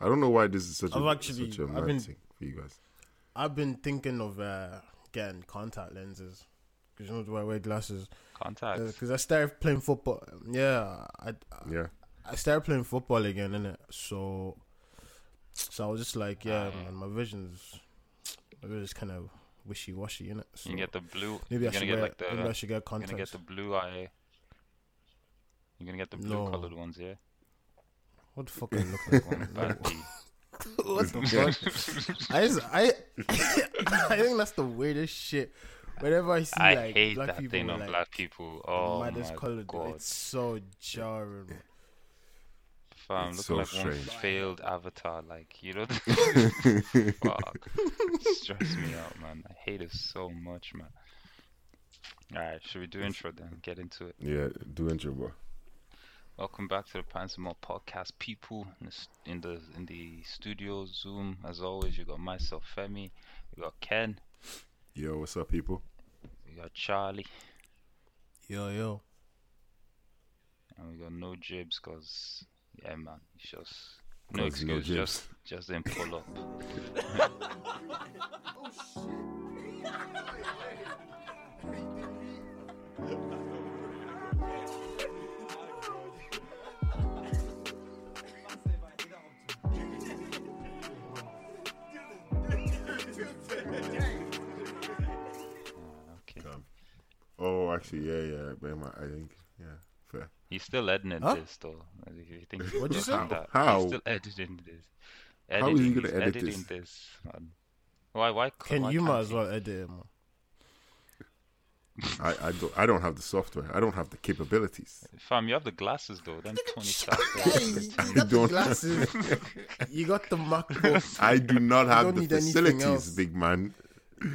I don't know why this is such, a, I've actually- such a I've mad been- thing for you guys. I've been thinking of uh, getting contact lenses because you know the way I wear glasses. Contacts. Because I started playing football. Yeah, I Yeah. I started playing football again, innit? So, so I was just like, yeah, Ah. man, my vision's my vision's kind of wishy washy, innit? So You can get the blue. maybe I you're should gonna wear, get like the. maybe I should get You're gonna contacts. get the blue eye. You're gonna get the blue No. colored ones, yeah. What the fuck are you looking at? Bad Like, D. what the fuck? I just, I I think that's the weirdest shit. Whenever I see I like hate black that people thing with, on like, black people. Oh my maddest colour, dude, god, it's so jarring. man. fam, it's looking like so one strange. failed avatar. Like you know, fuck, stress me out, man. I hate it so much, man. All right, should we do intro then? Get into it. Yeah, do intro, bro. Welcome back to the Pants and More podcast, people. In the, st- in the in the studio, Zoom, as always. You got myself, Femi. You got Ken. Yo, what's up, people? You got Charlie. Yo yo, And we got no jibs, cause yeah, man, it's just 'Cause no no excuse, jibs. just just didn't pull up. Okay. Oh, actually, yeah, yeah, man, I think, yeah, fair. He's still editing Huh? this though. If you think What'd you about say? That, How? He's still editing this. How Editing, is he gonna he's edit editing this? man. Why? Why? c- Ken, why you might can't as he? well edit it, man. I, I don't, I don't have the software. I don't have the capabilities. Fam, you have the glasses though. Then twenty stars. Guys, you got the Don't- glasses. you got the MacBook. I do not have don't the need anything else. facilities, big man.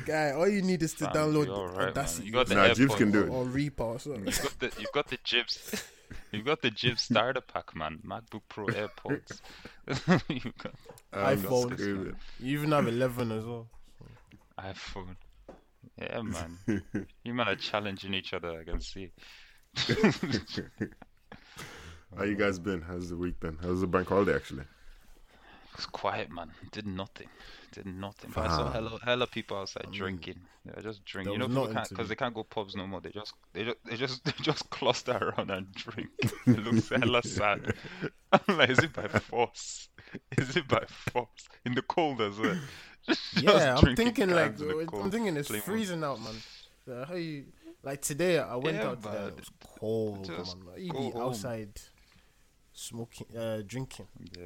Guy, all you need is to Fam, download you're alright, man. Audacity You got the Nah, Jibs can AirPods. do it. or, or Reaper or something. You've got the you've got the jibs. You've got the jib starter pack, man. MacBook Pro AirPods. you've got I'm iPhones. screaming. You even have 11 as well. iPhone. Yeah, man. You men are challenging each other. I can see. How you guys been? How's the week been? How's the bank holiday, actually? It's quiet, man. Did nothing. Did nothing. But I saw hella, hella people outside drinking. They were just drinking. You Ah. Mm. there know, was people nothing can't to because do. they can't go pubs no more. They just they just they just they just cluster around and drink. It looks hella sad. I'm like, is it by force? Is it by force? In the cold as well. Just Yeah, I'm drinking thinking like cans in the I'm cold. thinking it's Playing with- freezing out, man. So how you like today? I went Yeah, out today. but It was cold, just man. You go be home. outside smoking, uh, drinking. Yeah,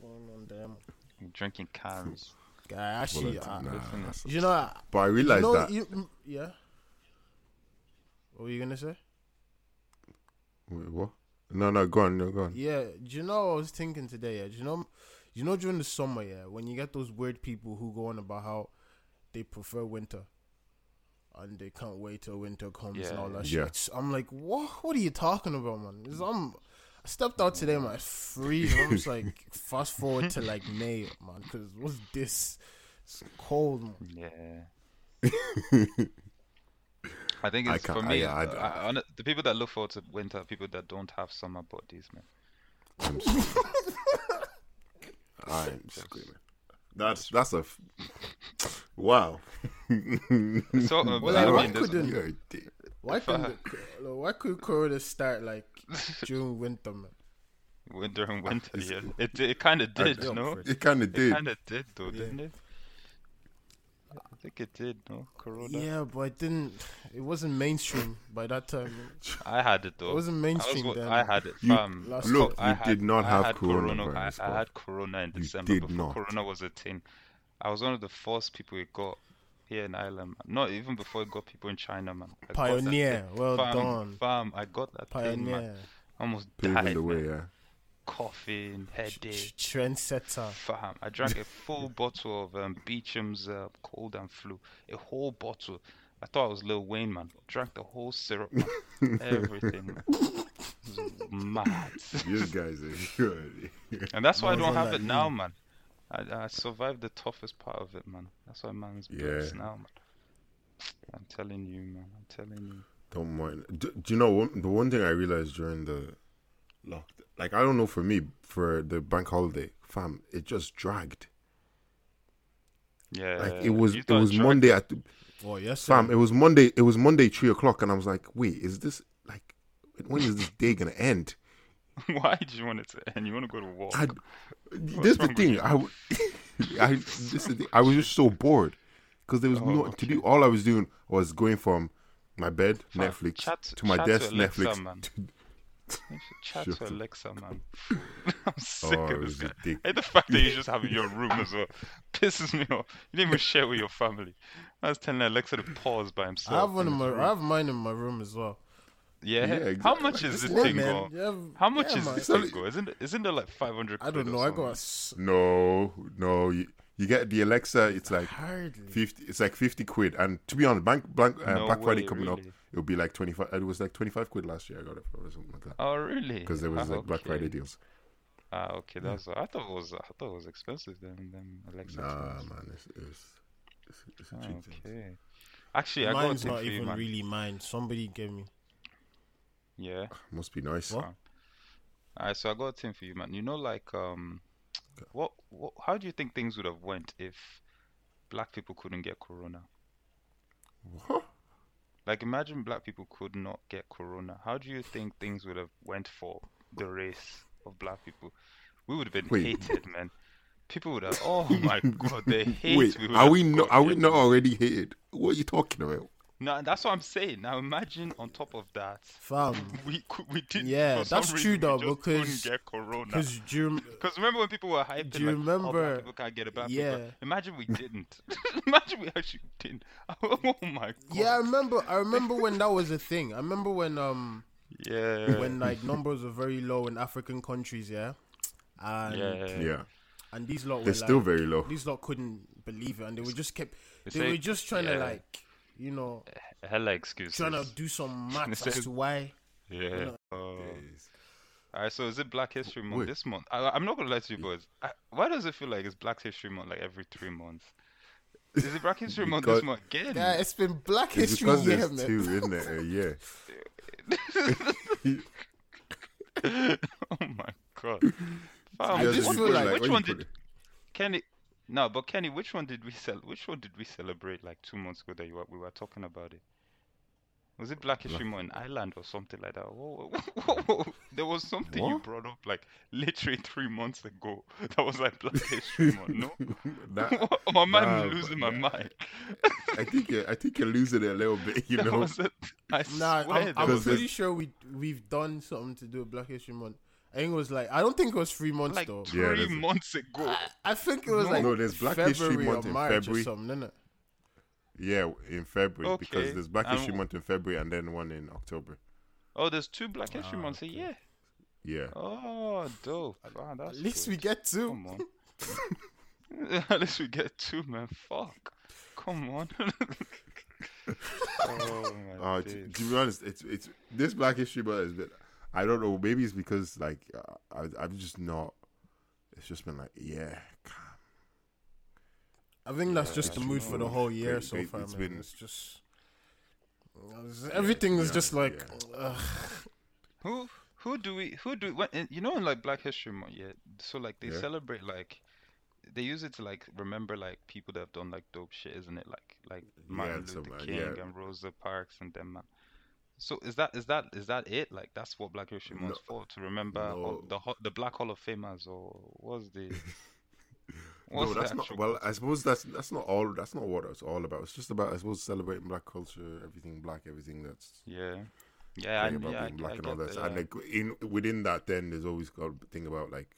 Going on there, man. drinking cans. Guy, actually, Well, I, nah, listen, that's- uh, you know, I, but I realized you know, that. you, mm, yeah. What were you gonna say? Wait, what? No, no, go on, no, go on. Yeah, do you know what I was thinking today? Yeah, do you know, you know during the summer, yeah, when you get those weird people who go on about how they prefer winter and they can't wait till winter comes and Yeah. all that Yeah. shit. It's- I'm like, what? What are you talking about, man? It's- I'm, I stepped out today, man. It's freezing. I'm just like, fast forward to like May, man, because what's this? It's cold, man. Yeah. I think I it's for can't- me. I- I- uh, I- hone- the people that look forward to winter are people that don't have summer bodies, man. I'm screaming. That's that's a f- wow. So, uh, Well, I I mean, could there's- do- You're a dick. Why couldn't the- why could Corona start like during winter, man? win- during winter, yeah. It it kind of did, yo, no? Fred. It kind of It did. kind of did, though, didn't it? I think it did, no? Corona. Yeah, but it didn't. It wasn't mainstream by that time. man. I had it though. It wasn't I was mainstream wa- then. I had it. You- Fam. Last Look, I you had- did not I have had corona. I, virus, I bro. had corona in December did before not. corona was a thing. I was one of the first people it got here in Ireland. man. Not even before it got people in China, man. I got that thing. Pioneer. Well fam, done. Fam, I got that thing, man. Pioneer. Almost paving died. the way. man. Yeah. Coughing, headache. Tr- Trendsetter. Fam, I drank a full bottle of um, Beecham's uh, cold and flu. A whole bottle. I thought I was Lil Wayne, man. Drank the whole syrup, man. Everything, man. It was Mad. You guys are good. And that's why I Mine's don't on have that it now, man. I, I survived the toughest part of it, man. That's why man's blessed Yeah. now, man. I'm telling you, man. I'm telling you. Don't mind. Do, do you know one, the one thing I realized during the locked. Like I don't know for me for the bank holiday, fam, it just dragged. Yeah. Like it was Uh, you it thought was drug- Monday at Oh yes, sir. fam, it was Monday it was Monday three o'clock and I was like, wait, is this like when is this day gonna end? Why did you want it to end? You want to go to war? I this the wrong with thing you? I, w- I this is the, I was just so bored because there was Oh, no to do. All I was doing was going from my bed Fam, Netflix chat- to my chat to desk Alexa, Netflix. man. to- You should chat Shut to up. Alexa, man. I'm sick oh, it of this was guy. ridiculous. And the fact that you just have it in your room as well pisses me off. You didn't even share with your family. I was telling Alexa to pause by himself. I have one in in his my, room. I have mine in my room as well. Yeah. Yeah, How exactly. much Like, is this this one, thing, man. go? You have, How much yeah, is man. this It's not- thing, go? Isn't it, isn't it like 500 I quid don't or know. I something? got s- No, no, you, you get the Alexa. It's like hardly. fifty. It's like fifty quid. And to be honest, bank, bank uh, No Black Friday way, coming up, really? it'll be like twenty five. It was like twenty five quid last year. I got it for or something like that Oh, really? because there was Ah, like Black Friday okay. deals. Ah, okay. That's I thought it was I thought it was expensive then. Then Alexa. Nah, things. man, it's it's, it's, it's a Ah, cheap thing. okay. Actually, I got a Mine's thing not for you, even man. really mine. Somebody gave me. Yeah. Must be nice. What? Alright, so I got a thing for you, man. You know, like, um, what, what, how do you think things would have went if black people couldn't get corona? What? Like, imagine black people could not get corona. How do you think things would have went for the race of black people? We would have been Wait. hated, man. People would have. Oh my God, the hate Wait, we would are have we not? got Are we in. not already hated? What are you talking about? No, that's what I'm saying. Now imagine on top of that, Fam, we could, we did. Yeah, for some that's reason, true we though, just couldn't because- get corona. because Jim. Because remember when people were hyping, Do you like, oh, black remember- people can't get a black Yeah. people. Imagine we didn't. Imagine we actually didn't. Oh my god. Yeah, I remember. I remember when that was a thing. I remember when um Yeah. when like numbers were very low in African countries. Yeah, and yeah. Yeah, and these lot were they're still like, very low. these lot couldn't believe it, and they were just kept. They say- were just trying to yeah. like, you know, Hella excuses. trying to do some maths say- as to why. Yeah. Oh. Alright, so is it Black History Month Wait. this month? I, I'm not gonna lie to you, boys. I, why does it feel like it's Black History Month like every three months? Is it Black History Month this Because- month again? Yeah, it's been Black Hmm. It's History because Year, there's man. two, isn't it? Uh, yeah. oh my god. Fam, I Because which just we one- feel put it like- which when one you put did it- Kenny? No, but Kenny, which one did we cel? Which one did we celebrate like two months ago that you were, we were talking about it? Was it Black History Month in Ireland or something like that? Whoa, whoa, whoa, whoa, whoa. There was something you What? brought up like literally three months ago that was like Black History Month. No, Nah, my mind nah, is losing my but- mind. I think you're, I think you're losing it a little bit. You That know, was it. I Nah, I'm, swear there I'm was Because pretty there's- sure we we've done something to do with Black History Month. I think it was like I don't think it was three months like though. Yeah, three that's it. months ago. I, I think it was No. like No, there's Black February History Month or in March February. or something, isn't it? yeah, in February Okay, because there's Black and- History Month in February and then one in October. Oh, there's two Black History Ah, Months a year. Yeah, Oh, dope. Wow, that's At least good. we get two. Come on. At least we get two, man. Fuck. Come on. oh my Uh, to, days. to be honest, it's it's this Black History Month has been. I don't know. Maybe it's because like uh, I I'm just not. It's just been like yeah, calm. I think that's just the that's mood true. for the whole year Great, so great. far, It's man. been- It's just everything is yeah, just like yeah. ugh. Who who do we who do when in- you know in like Black History Month, yeah. So like they Yeah. celebrate like they use it to like remember like people that have done like dope shit, isn't it? Like like Martin so Luther mad, King yeah. and Rosa Parks and them man. So is that is that is that it? Like that's what Black History No. Month is for to remember all, No. the ho- the Black Hall of Famers or what's the No, what's the that's not. actual Well, I suppose that's that's not all. That's not what it's all about. It's just about I suppose celebrating Black culture, everything Black, everything that's Yeah. Yeah, I, thing about yeah, I, being Black I and all get that. that. And yeah. like in within that, then there's always got a thing about like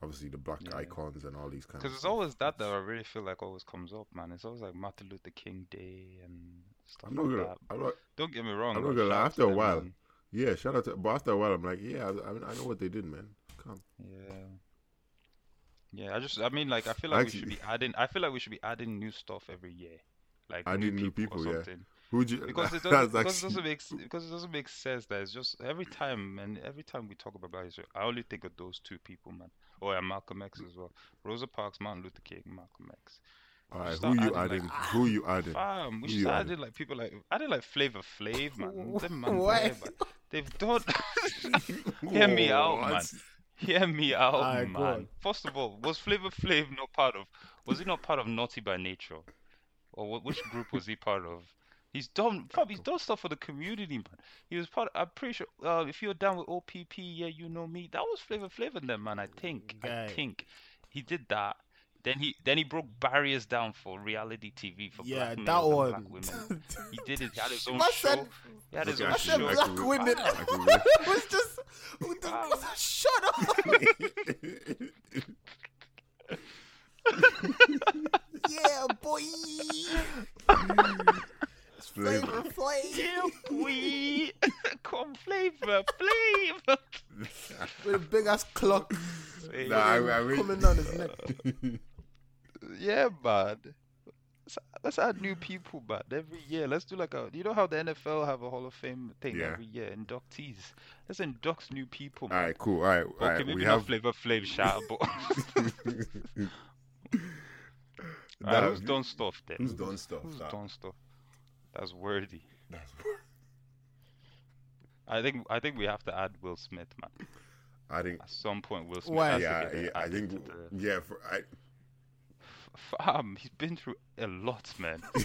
obviously the Black Yeah. icons and all these kinds. Because it's always that that I really feel like always comes up, man. It's always like Martin Luther King Day and stuff I'm not like gonna. that. I'm not, Don't get me wrong. I'm not like, gonna lie, shout out after to a them, while. man. yeah, shout out to. But after a while, I'm like, yeah, I, I mean, I know what they did, man. Come. Yeah. Yeah, I just, I mean, like, I feel like we should Actually- be adding, I feel like we should be adding new stuff every year. Like, Adding new or people, yeah. something. Who'd you? Because it that's doesn't, because it actually- doesn't make, s- because it doesn't make sense that it's just every time, and every time we talk about Black history, I only think of those two people, man. Oh, yeah, Malcolm X as well. Rosa Parks, Martin Luther King, Malcolm X. All right, Start who you adding, like, adding? Who you adding? Fam, we Who should you start adding? adding like people like added like Flavor Flav, man. Them man Why? there, man. They've done. Hear me out, man. What? Hear me out, Alright, go man. on. First of all, was Flavor Flav not part of? Was he not part of Naughty by Nature, or wh- which group was he part of? He's done, fam. He's done stuff for the community, man. He was part. I'm pretty sure. Uh, if you're down with OPP, yeah, you know me. That was Flavor Flav and them, man. I think. I Guy. think he did that. Then he then he broke barriers down for reality TV for yeah, black men that and one. black women. He did it. He had his own Man show. said- he had his Okay, own I said can- show. I black can- women. I can- it was just. what the- what the- Shut up. yeah, boy. Flavor. Yeah, we come flavor, flavor. With a big ass clock Nah, I, I mean, coming down his neck. Yeah, man. Let's, let's add new people, man. Every year, let's do like a. You know how the NFL have a Hall of Fame thing Yeah. every year, inductees. Let's induct new people. All Man. right, cool. All right, all okay, right. maybe we not have Flavor Flav, sha, but Alright, Nah, who's done stuff then? who's done stuff? Who's Nah. done stuff? That's worthy. That's- I think I think we have to add Will Smith, man. I think. At some point, Will Smith. Why? has to Yeah, get yeah. I added think. to the- Yeah, for, I, Fam, he's been through a lot, man. I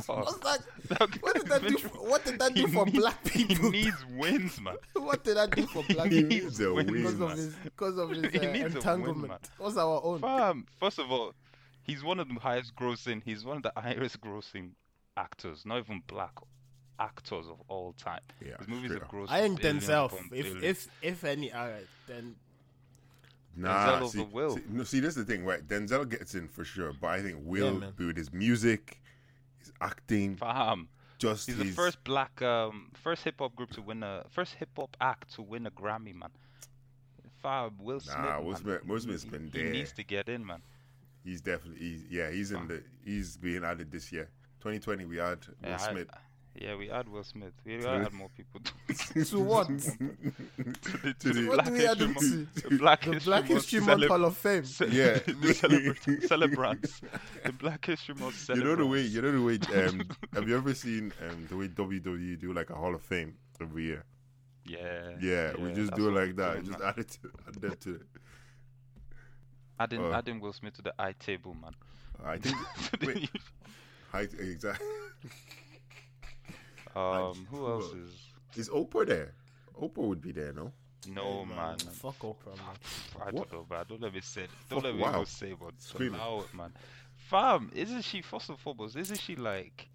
Fuck. was like, That what did guy's that been do? through- For, what did that he do for needs- black He people? needs wins, man. what did that do for black he people? needs a wins, win. Because of man. his, because of his He uh, needs a win, entanglement. man. What's our own? Fam, first of all, he's one of the highest grossing. He's one of the highest grossing actors, not even black actors of all time. Yeah, His movies straight have up. grossed. I think billions Denzel. upon If billions. if if any, alright then. Nah, Denzel see, over Will. see, no, see, this is the thing, right? Denzel gets in for sure, but I think Yeah, Will, man. be with his music, his acting, fam, just he's his, the first black, um, first hip hop group to win a first hip hop act to win a Grammy, man. Fam, Will Smith. Nah, Will man, Smith- Will he- Smith's he- been He needs there. to get in, man. He's definitely, he's, yeah, he's in the, he's being added this year. 2020, we had Will Yeah, Eh, I- Smith. yeah, we add Will Smith. We gotta add more people to, To what? the, To the- What do we add History it Month- to? the Black The History Black Month History Month celeb- Hall of Fame. ce- Yeah. the celebra- celebrants. The Black History Month you know the way, celebrants. you know the way. Um, have you ever seen um, the way WWE do like a Hall of Fame every year? Yeah. Yeah, we just do it that's what we're like that. doing, Just man. add it to, add that to. it. adding, uh, adding Will Smith to the I table, man. I think. wait, I, exactly. um, who who else else? Is is? Oprah there? Oprah would be there, no? Hey, No, oh, man. Fuck Oprah, man. I What? don't know, man. Don't let me say. Don't Fuck, let me wow. go say what. Screaming. Allow it, man. Fam, isn't she first and foremost? Isn't she like?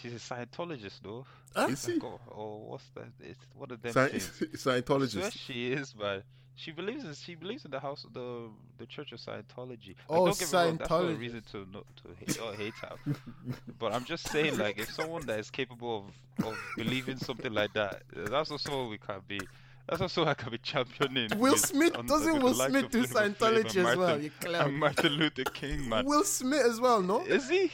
She's a Scientologist, though. Huh? Is he? Or, or oh, what's that? It's one of them. Sci- things. Swear Scientologist. she is, man. She believes in she believes in the house of the the Church of Scientology. Like, Oh, don't get me wrong, that's not a Scientologist. reason to not to hate or hate her. but I'm just saying, like, if someone that is capable of of believing something like that, that's also what we can be. That's also what I can be championing. Will with- Smith on- doesn't with Will the likes Smith of do Flavor Flav and Scientology as well? Martin- You and clown. Martin Luther King, man. Will Smith as well, no? Is he?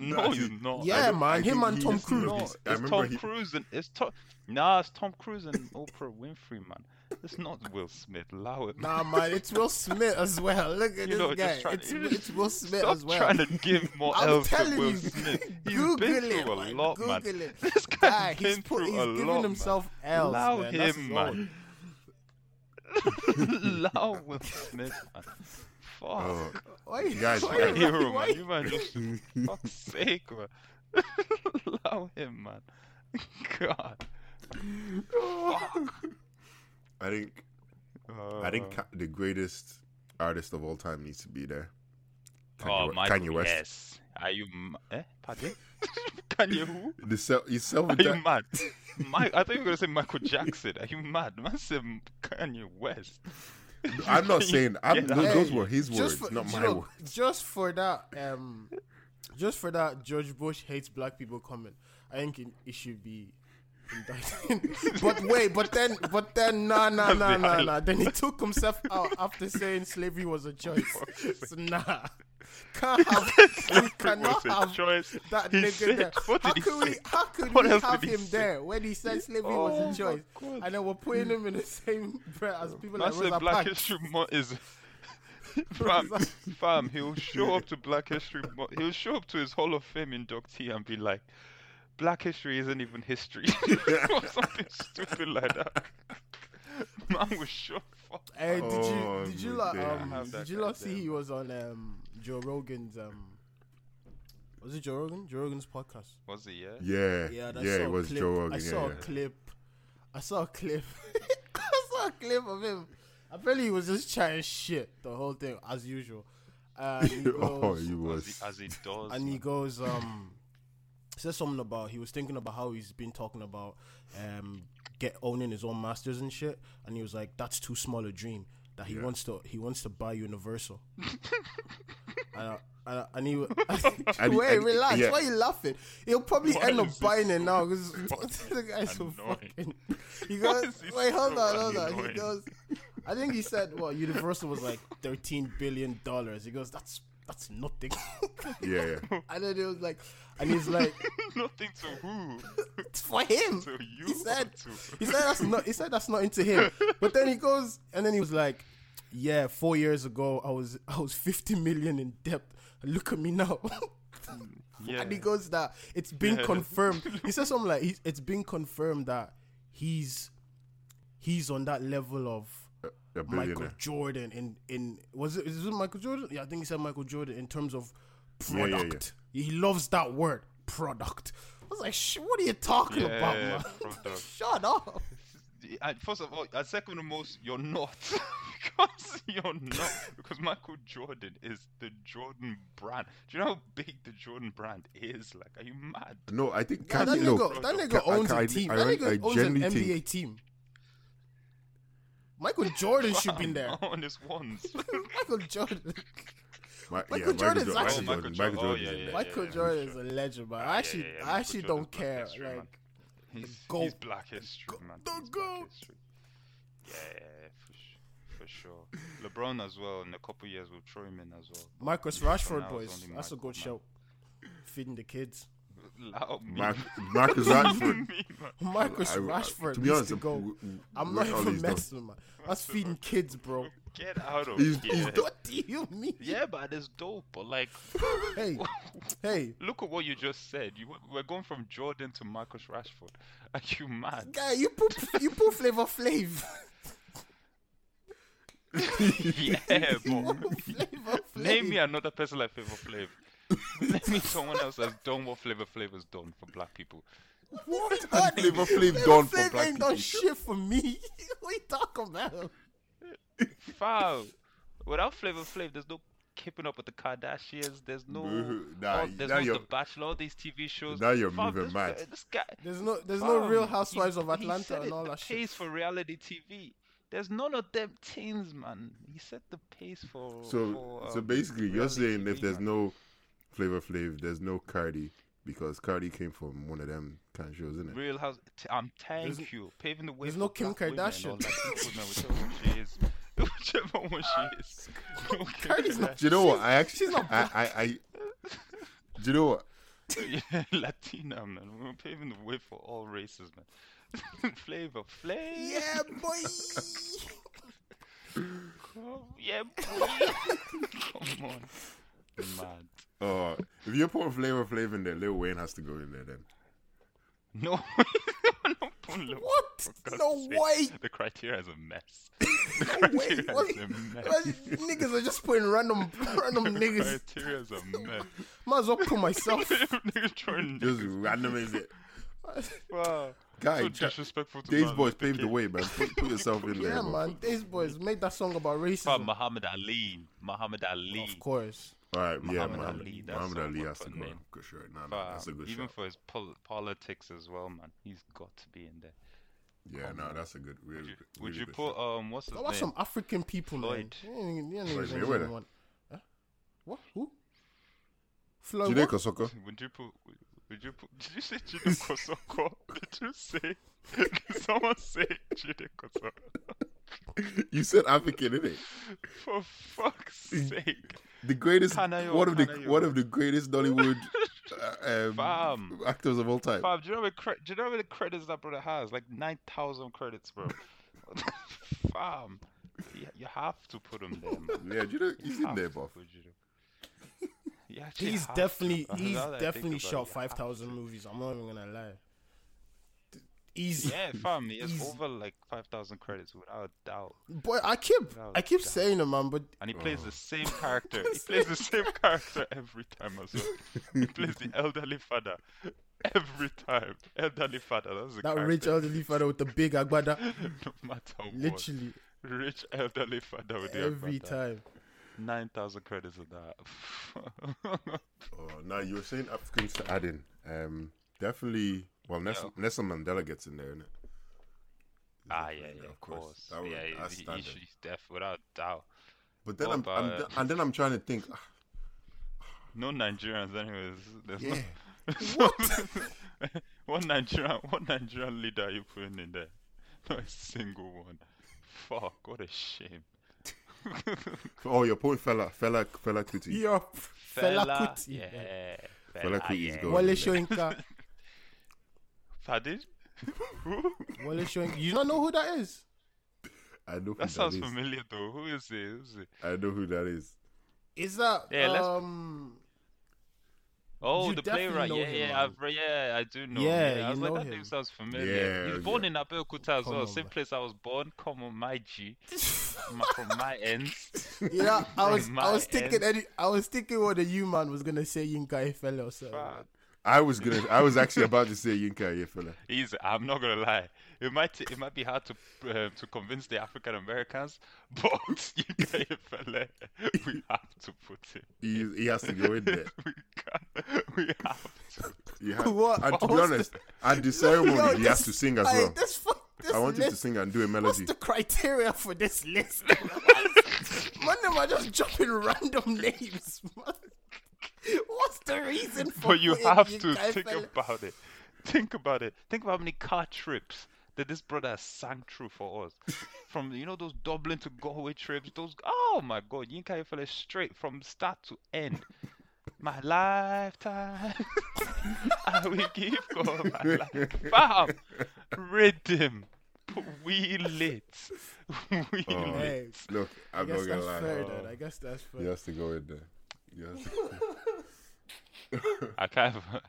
Nah, no, he's he- not. I Yeah, don't- man. I him think and he Tom is- he is- Cruise. No, I it's remember Tom he- Cruise and it's Tom. Nah, it's Tom Cruise and Oprah Winfrey, man. It's not Will Smith. Allow it. man. Nah, man, it's Will Smith as well. Look at You this know, just guy. trying It's, to- it's Will Smith Stop as well. trying to give more I'm L's to telling Will you, Smith. He's Google been it, through a man. lot, man. Google it. This guy's Guy, been he's, put, through he's a giving lot, himself man. L's, Allow man. That's him, his own. man. Allow Will Smith, man. Fuck. Oh, Why, Guys, why, You're a man. why, hero, why- man. You man just fuck's sake, man. Allow him, man. God. I think I think Uh-huh. Ka- the greatest artist of all time needs to be there. oh, Kanye, Michael, Kanye West. Yes. Are you m- eh? Pardon? Kanye who? The self, he's self Are you mad? Mike, I thought you were gonna say Michael Jackson. Are you mad? Man said M- Kanye West. I'm not saying I'm, Yeah, those, hey, those were his words, just for, not you my know, words. Just for that, um, just for that, George Bush hates black people comment. I think it, it should be. indicted. but wait, but then, but then, nah, nah, That's nah, the nah, highlight. nah. Then he took himself out after saying slavery was a choice. so nah, can't have, we cannot was a have choice. that He nigga said- there. what how did he could we, say? how could What we else have did he him say? there when he said slavery Oh my was a choice? God. And then we're putting him in the same breath as people Man like said Rosa Black Parks. History Month is fam, fam, he'll show up to Black History. Mo- He'll show up to his Hall of Fame inductee and be like, "Black History isn't even history," or something stupid like that. Man was sure. Hey, did Oh, you did you my like days. um, I have did that you lot goddamn- see he was on um Joe Rogan's um was it Joe Rogan? Joe Rogan's podcast. Was he? Yeah. Yeah, yeah, Yeah, I saw it a was clip. Joe Rogan. I yeah, saw a yeah. clip. I saw a clip. I saw a clip of him. Apparently, he was just chatting shit the whole thing as usual. And he goes, oh, he As was. he, as he does. and he man. goes um says something about he was thinking about how he's been talking about um get owning his own masters and shit and he was like that's too small a dream that he wants to he wants to buy universal and, I, and, I, and he And he- wait and he- relax yeah. why you laughing he'll probably Why end up is this buying it now because fucking the guy's so annoying? fucking he Why goes is he wait hold so on hold on he annoying? goes I think he said well universal was like 13 billion dollars he goes that's that's nothing Yeah, yeah. and then it was like, and he's like, Nothing to who. it's for him. To you He or said, to- he said that's not. He said that's not into him. But then he goes, and then he was like, yeah, four years ago, I was I was fifty million in debt. And look at me now. Yeah. And he goes that it's been Yeah. confirmed. He said something like, he- it's been confirmed that he's he's on that level of A Michael billionaire. Jordan in in was it is it Michael Jordan? Yeah, I think he said Michael Jordan in terms of Yeah, yeah, yeah. product. He loves that word, product. I was like, Sh- what are you talking Yeah, about, man? product. Shut up. And first of all, and second of most, you're not because you're not because Michael Jordan is the Jordan brand. Do you know how big the Jordan brand is? Like, are you mad? No, I think That Kanye. No, nigga, that nigga owns I- a I- team. I- That I nigga owns an genuinely NBA think- team. Michael Jordan should be in there. On his ones. Michael Jordan. Mi- yeah, Michael Jordan's Oh, Jordan- actually- Michael Jordan. Michael Jordan's in there. Michael Jordan is a legend, man. I actually, yeah, yeah, I Michael actually Jordan's don't Black care. History, man. Like, He's, he's goat. Black History, man. the He's Black goat. History. Yeah, yeah, yeah, for, sh- for sure. LeBron as well. In a couple years, we'll throw him in as well. Marcus now Rashford, it's boys. only That's a Michael, good man. shout. Feeding the kids. Loud me. Mar- Marcus Rashford. Me, man. Marcus I- I- Rashford to be needs honest, to go. w- w- I'm look not at all even he's done. messing, man. That's feeding kids, bro. Get out of He's- here. he's What do you mean? yeah, but it's dope. But like, Hey, hey, Look at what you just said. You we're going from Jordan to Marcus Rashford. Are you mad? guy, you put you put Flavor Flav. yeah, but Flavor name me Flav. another person like Flavor Flav. Name me someone else that's done what Flavor Flav has done for black people. What? honey? Flavor Flav done for Flav black ain't done people. shit for me. what you talking about? Foul. Without Flavor Flav, there's no keeping up with the Kardashians. There's no. Boo-hoo. Nah, all- there's now no you're- The Bachelor. All these TV shows. now you're Fam, moving this, mad. This guy. There's no, there's no Fam, Real he- Housewives of he Atlanta set and it all the that shit. pace for reality TV. There's none of them teams, man. He set the pace for. So, for, so uh, um, basically, you're reality saying if TV, there's man. no Flavor Flav, there's no Cardi because Cardi came from one of them kind of shows, isn't it? Real House, t- I'm thank There's- you, paving the way. there's for no Kim black women or Kardashian. Latin women, whichever one she is, whichever one she is. No Kim Cardi's not- Do you know what? She's- I actually, she's not I, I, I, do you know what? Kardashian. yeah, Latina man. We're paving the way for all races, man. Flavor, flavor. Yeah, boy. yeah. boy. Come on, man. Oh, if you're putting Flavor Flav in there, Lil Wayne has to go in there then. No, not putting Lil- What? for God's No sake. way. The criteria is a mess. Wait, Criteria what? is a mess. Why these niggas are just putting random, random niggas. Criteria is a mess. Might as well put myself. Niggas trying to- Just random is it? Wow. Guy, so cha- disrespectful to these man. boys paved the way, man. Put, put yourself in there. yeah, bro. man. These boys made that song about Fuck racism. Muhammad Ali. Muhammad Ali. Of course. All right, yeah, Muhammad man. Ali, that's Muhammad a Ali good has to fucking go. name. Good shirt. Nah, Fuck, nah, that's a good even shirt. for his pol- politics as well, man. He's got to be in there. Yeah, no, that's a good. Really, Would you, really would you good put um what's his That was name? some African people, Floyd. man. You ain't- you ain't Floyd even Mayweather. gonna want- Huh? What? Who? shirt. Floyd. Jide Oh, what? Kosoko. Would you put would you put did you say Jide Kosoko? Did you say did someone say Jide Kosoko? You said African, innit? For fuck's sake. The greatest, Kanayo, one of the Kanayo. one of the greatest Nollywood uh, um, Fam. actors of all time. Fam, do you know how many cre- do you know how many credits that brother has? Like nine thousand credits, bro. Fam. You, you have to put him there, man. Yeah, you know, he's in Have there, to buff. put Judo. You actually He's have to, definitely man. he's Now that I think definitely about it, shot you five have thousand to. movies. I'm not even gonna lie. Easy. Yeah, fam, he has Easy. over like five thousand credits without a doubt, Boy, I keep No, I keep damn. saying it, man, but and he plays Oh. the same character. he plays the same character every time as well. he plays the elderly father every time. Elderly father, that's the that character. rich elderly father with the big agbada, no matter what. literally Rich elderly father with the every Akbata. time. 9,000 credits of that. Oh, now you were saying Africans to add in. Um, definitely. Well, Nelson, Yeah. Nelson Mandela gets in there, innit? ah, yeah, Definitely, yeah, of of course. course. That would- yeah, he- that's he- he, standard. should- he's deaf without doubt. But then I'm, What I'm about- and then I'm trying to think. ah, No Nigerians, anyways. There's Yeah. no, what? what Nigerian? What Nigerian leader are you putting in there? Not a single one. Fuck! What a shame. Oh, you're putting fella, fella, fella Kuti. Yup. Fela Kuti. yeah. Fela Kuti is good. Wale Shoinka. Pardon? Who? Wale Shoinka. You don't know who that is? I know who That that, sounds is. familiar though. Who is it? Who's it? I know who that is. Is that Yeah, let's- um Oh, You the definitely playwright. know Yeah, him, yeah, man. I've, re- yeah, I do know. him. Yeah, I you was like, know that him. name sounds familiar. Yeah, He's yeah. born in Abeokuta as Come well, on, same man. place I was born. Come on, my G. My- From my ends. Yeah, I was From I was my thinking end. any I was thinking what the U man was gonna say Yinka Efele or something. Fuck. I was gonna. I was actually about to say Yinka Yefela. He's. I'm not gonna lie. It might. It might be hard to uh, to convince the African Americans, but you can't, fella. We have to put him. He, he has to go in there. We can't. We have to. You have, What? And to be What's the- honest, at the ceremony, Yo, he this- has to sing as aye, well. This, fuck- this I want him list, to sing and do a What's melody. the criteria for this list? man, them are just dropping random names. Man. What's the reason for? But you putting have to Yinka think Efele? about it. Think about it. Think about how many car trips that this brother has sang through for us. from you know those Dublin to Galway trips, those oh my god, Yinka Ifele straight from start to end. My lifetime, I will give God my life. Bam, rhythm, we lit, we Oh, lit. Hey, Look, I I'm not guess gonna that's lie. fair. Then. I guess that's fair. He has to go in there. He has to- I kind of.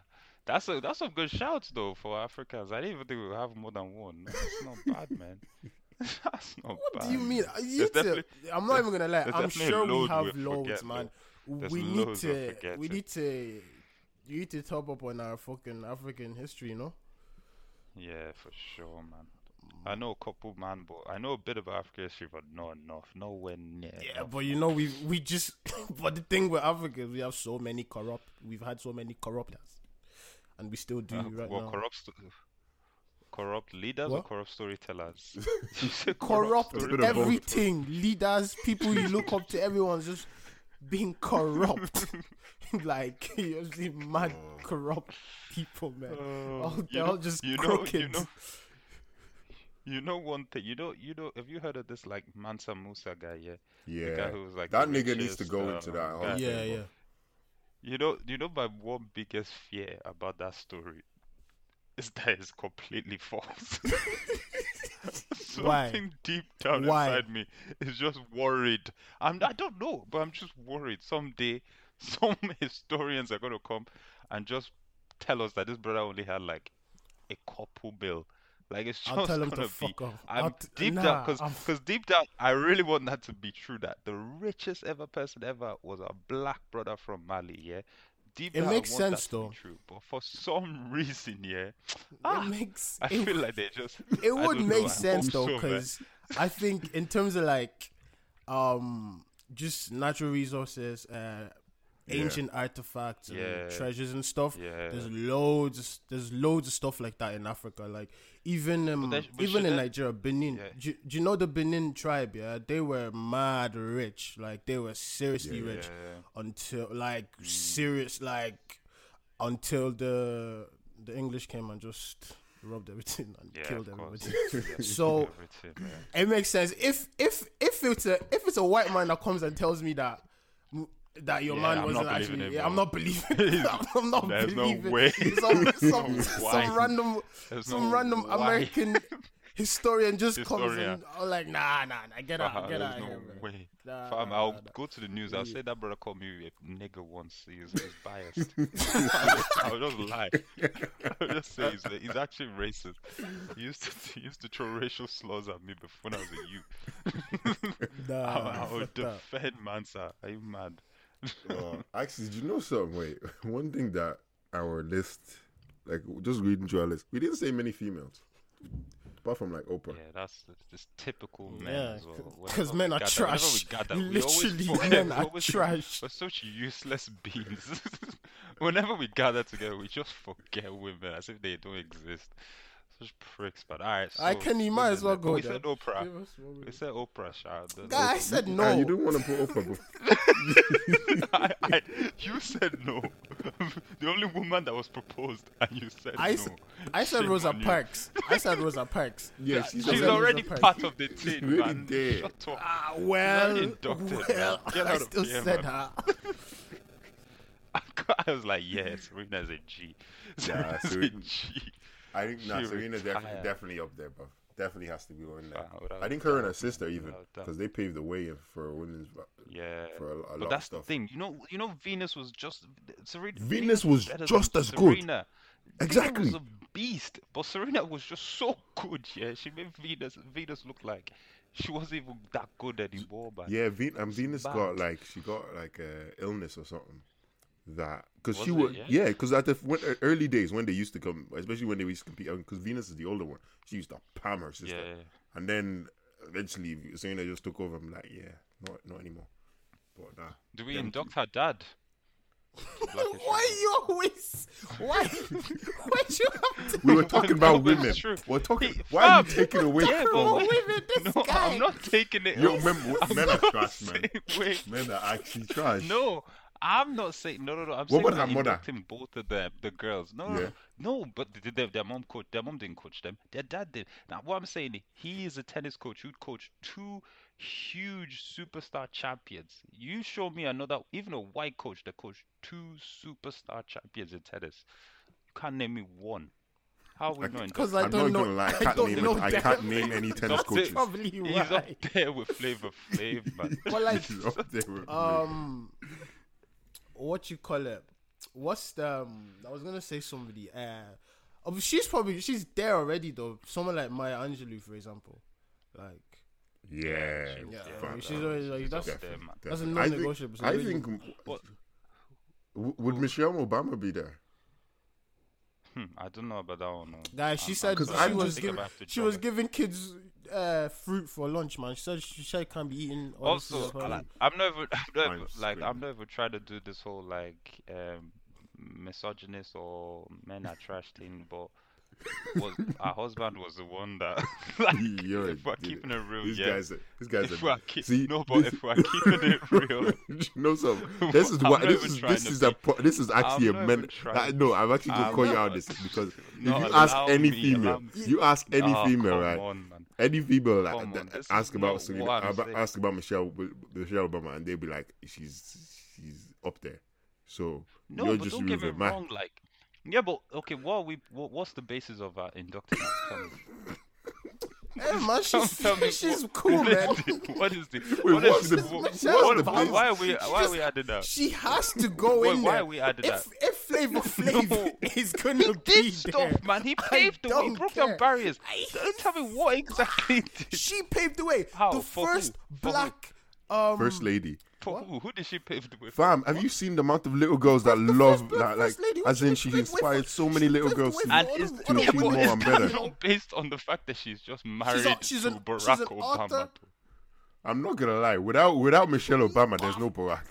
That's a that's some good shouts though for Africans. I didn't even think we would have more than one. That's not bad, man. That's not What bad. do you mean? You There's definitely- two- I'm not even gonna lie. there's I'm definitely sure we loads have we'll loads, forget, man. There's We need loads we're to. We forgetting. need to. You need to top up on our fucking African history, you know. Yeah, for sure, man. Mm. I know a couple, man, but I know a bit about African history, but not enough. Nowhere near. Yeah, enough. but you know we we just. but the thing with Africa, we have so many corrupt. We've had so many corruptors, and we still do Uh, right well, now. corrupt, st- corrupt leaders or What? corrupt storytellers? You said corrupt It's a bit of both. everything. Leaders, people you look up to, everyone's just being corrupt. like you're just mad corrupt people, man. Oh, Oh, you they're know- all just you know- you crooked. know- You know one thing. You know, you know. Have you heard of this like Mansa Musa guy? Yeah. The guy Yeah, who was like that the nigga needs to richest, go um, into that. guy. hall. yeah, yeah. You know, you know, my one biggest fear about that story is that it's completely false. Why? Something deep down Why? inside me is just worried. I'm, I don't know, but I'm just worried. Someday, some historians are gonna come and just tell us that this brother only had like a couple bill. Like it's I'll just tell 'em to gonna fuck be. off. I'll I'm t- deep nah, down, cause, I'm- 'cause deep down, I really want that to be true. That the richest ever person ever was a black brother from Mali. Yeah, deep It down, I makes want that sense, to be though. true. But for some reason, yeah, ah, it makes I it, feel like they just. I it would don't know, I make hope sense though, so, man. because I think in terms of like, um, just natural resources, uh, ancient artifacts, and Yeah. treasures and stuff. Yeah. There's loads. Of, there's loads of stuff like that in Africa. Like even um, there sh- but even in shouldn't- Nigeria, Benin. Yeah. Do, do you know the Benin tribe? Yeah, they were mad rich. Like they were seriously rich Yeah. until like serious like until the the English came and just robbed everything and Yeah, killed of course. everybody. Yeah, So- everything, man. It makes sense. If if if it's a if it's a white man that comes and tells me that that your Yeah, man I'm wasn't not actually, believing it, yeah, bro. I'm not believing. I'm not There's no believing. way. Some some, No some way. random There's some no random way. American historian just Historian. comes in. I'm like, nah, nah, nah, get out, Ah, get out There's of no here. bro. way. Nah, Fam, nah, I'll nah, nah. go to the news. I'll Yeah. say that brother called me a nigger once. He's, he's biased. I'll just lie. I'll just say he's, he's actually racist. He used to he used to throw racial slurs at me before when I was a youth. Nah, I, I would fuck that. defend Mansa. Are you mad? Uh, actually, did you know something? Wait, one thing that our list, like just reading through our list, we didn't say many females, apart from like Oprah. Yeah, that's this typical men Yeah, as well. 'cause- Whenever 'cause men we are gather- trash. whenever we gather, we always Literally, forget- men we are always- trash. We're such useless beings. whenever we gather together, we just forget women as if they don't exist. Such pricks, but alright. So, I can. You might as well women, but go. We there. said Oprah. Give us one We minute. said Oprah. Shout out. Guy, I said You- no. ah, you didn't want to put Oprah, but I, I, you said no. the only woman that was proposed, and you said I, no. s- I said Shame Rosa on you. Parks. I said Rosa Parks. yeah, she's, She's Rosa already Parks. part of the She's team, really man. dead. Shut up. Ah, well, inducted, man. well, Get I out of still here, said man. her. I was like, yeah, Serena's a G. Nah, Serena's a Serena- G. I think nah, She Serena's retired. definitely, definitely up there, bro. Definitely has to be on there. Wow, without I think her and her doubt, sister man, even, without doubt. because they paved the way for women's Yeah. for a, a lot But that's of stuff. the thing, you know. You know, Venus was just Serena. Venus was better just than as good. Serena. Exactly. Venus was a beast, but Serena was just so good. Yeah, she made Venus Venus look like she wasn't even that good anymore. But Yeah, Ven- and Venus bad. got like she got like a illness or something that because she Was would it? Yeah. yeah because at the when, uh, early days when they used to come especially when they used to compete because Venus is the older one she used to palm her sister yeah, and then eventually Serena just took over I'm like yeah not not anymore but nah do we induct her dad? Black issue. Why you always? Why? Why you have to? we were talking No, about it's women true. we're talking Hey, why are you fam. taking away Yeah, from but- Women, this No, guy. I'm not taking it. yo men, men are trash man Wait, men are actually trash No, I'm not saying no, no, no. I'm saying about we're her mother? inducting both of them, the girls. No, no, Yeah. no, no, but th- their, their mom coach, their mom didn't coach them. Their dad did. Now, what I'm saying, he is a tennis coach who coached two huge superstar champions. You show me another, even a white coach that coached two superstar champions in tennis. You can't name me one. How are we not inducting? Because I I'm not don't know. gonna lie I I can't don't name know it. I them. can't name any tennis That's it. coaches Probably He's up right. there with Flavor Flav, man. But like, He's up there with me. um, what you call it? What's the? Um, I was gonna say somebody. Uh, oh, she's probably she's there already though. Someone like Maya Angelou, for example. Like Yeah, um, She's Yeah, there, I fuck mean, man. she's already like, that's- up there, man. That's a definitely. I think- non-negotiable, so I really- think. What- w- would Michelle Obama be there? Hmm, I don't know about that one. no. guys, she I'm- said I'm Because she sorry, I'm was just- think I'm giving gonna have to she was drop it. giving kids uh fruit for lunch, man. She said she, she said can't be eating. all this Also, as well. like, I'm not even, I'm not I'm even- like I'm screaming. not even trying to do this whole like um, misogynist or men are trash thing, but was our husband was the one that like You're if we're an idiot. keeping it real, These yeah. guys, are- these guys if are. we're keep, See, no, but this- if we're keeping it real, no, sir. This is I'm what not this even is. trying This to is a. be- pro- This is actually I'm a not men. even trying I, to no, I'm actually gonna I'm call you not- out this because if No, you ask allow any me, allow female, me. you ask any Oh, female, come right? on, man. Any female like, Come on, that this ask is about not Selena, what I'm about, saying. ask about Michelle Michelle Obama, and they'll be like, she's she's up there. So No, you're but just don't get me removing my- wrong. Like, yeah, but okay. What are we? What, what's the basis of our inducting? her? Tell me. Hey, man, Tell- she's, tell me she's what- cool, man. What is the? Wait, What what's is the- the? what's the What, why, basis? why are we? She Why are just- we adding that? She has to go Why- in why there. are we adding if, If Flavor Flav No. is gonna He be did there, stuff, man. He I paved the way. He don't broke care. down barriers. I- Don't tell me what exactly. he did. she paved the way. How? The For who? first For who? black. Um, First lady. For who? Who did she pave the way? for? Fam, have you seen the amount of little girls that the love first black that? Like, first lady? What as you in, mean she first inspired wife? so many She's little first girls wife to, for And all to is, of- all achieve of yeah, women. but more is and that better. not based on the fact that she's just married she's to an- Barack she's an Obama? author. though? I'm not gonna lie. Without without Michelle Obama, there's no Barack.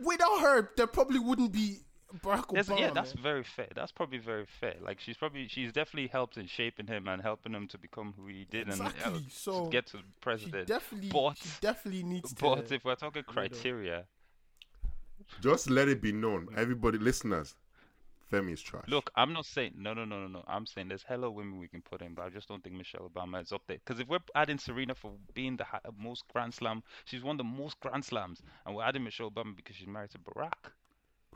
Without her, there probably wouldn't be Barack Yes, Obama. yeah, that's man. very fair. That's probably very fair. Like she's probably she's definitely helped in shaping him and helping him to become who he did and uh, Exactly, to so get to She president. definitely, but she definitely needs but to. if we're talking criteria, Just let it be known, everybody, listeners, Femi is trash. look, I'm not saying no, no, no, no, no. I'm saying there's hella women we can put in, but I just don't think Michelle Obama is up there. Because if we're adding Serena for being the hi- most Grand Slam, she's won the most Grand Slams, and we're adding Michelle Obama because she's married to Barack.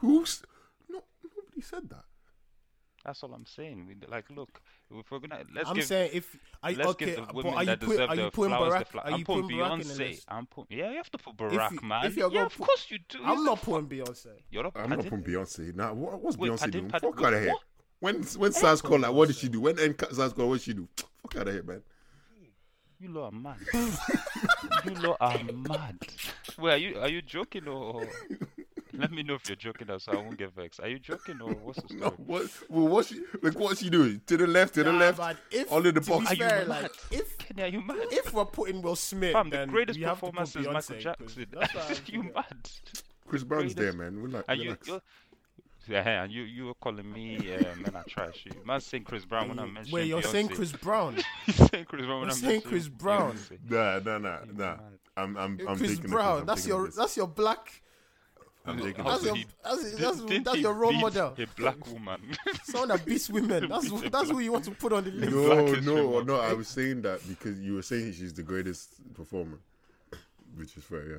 who's no nobody said that. That's all I'm saying. We like look if we're gonna let's I'm give saying if are you, let's okay, give the but women are you that put- deserve are you the putting flowers. Barack? the flowers. are I'm you putting putting Barack in the Beyonce. list? I'm putting yeah. You have to put Barack, you- man. if you're yeah, gonna of put- course you do. I'm He's not the- putting Beyonce. You're not. I'm I not didn't- from Beyonce. Nah, what, what's Wait, I Beyonce didn't doing? pad- Fuck wait, out of here. what? When when Sars called, like, what did she do? When N Sars called, what did she do? Fuck out of here, man. You lot are mad. you lot are mad. Wait, are you are you joking or? or- Let me know if you're joking, so I won't get vexed. Are you joking or what's the No, story? what? Well, what she like? What she doing? To the left, to the Nah, left. but if- all in the to be box. Are you fair, mad? like, if- Kenny, are you mad? If we're putting Will Smith, Fam, the then greatest we have to put performance is Michael Beyonce, 'cause Jackson. that's what I'm you thinking. mad? Chris Brown's there, greatest- man. We're like, And you, relax. you're, yeah, and you, you were calling me uh, man, I trash you. Man, saying Chris Brown when I mentioned Mm, Wait, you're Beyonce. saying Chris Brown? He's saying Chris Brown You're when I saying mentioned Chris Brown? Beyonce. Nah, nah, nah, nah. I'm, I'm, I'm Chris taking Brown. The piss. I'm that's taking the your piss. that's your black. I'm taking the How That's piss. could your Oh, he- that's, Did- that's, didn't that's he your role beat model. A black woman. Someone that beats women. That's Beat a that's who black- you want to put on the list. No, Black History no, Month. no. I was saying that because you were saying she's the greatest performer, which is fair, yeah.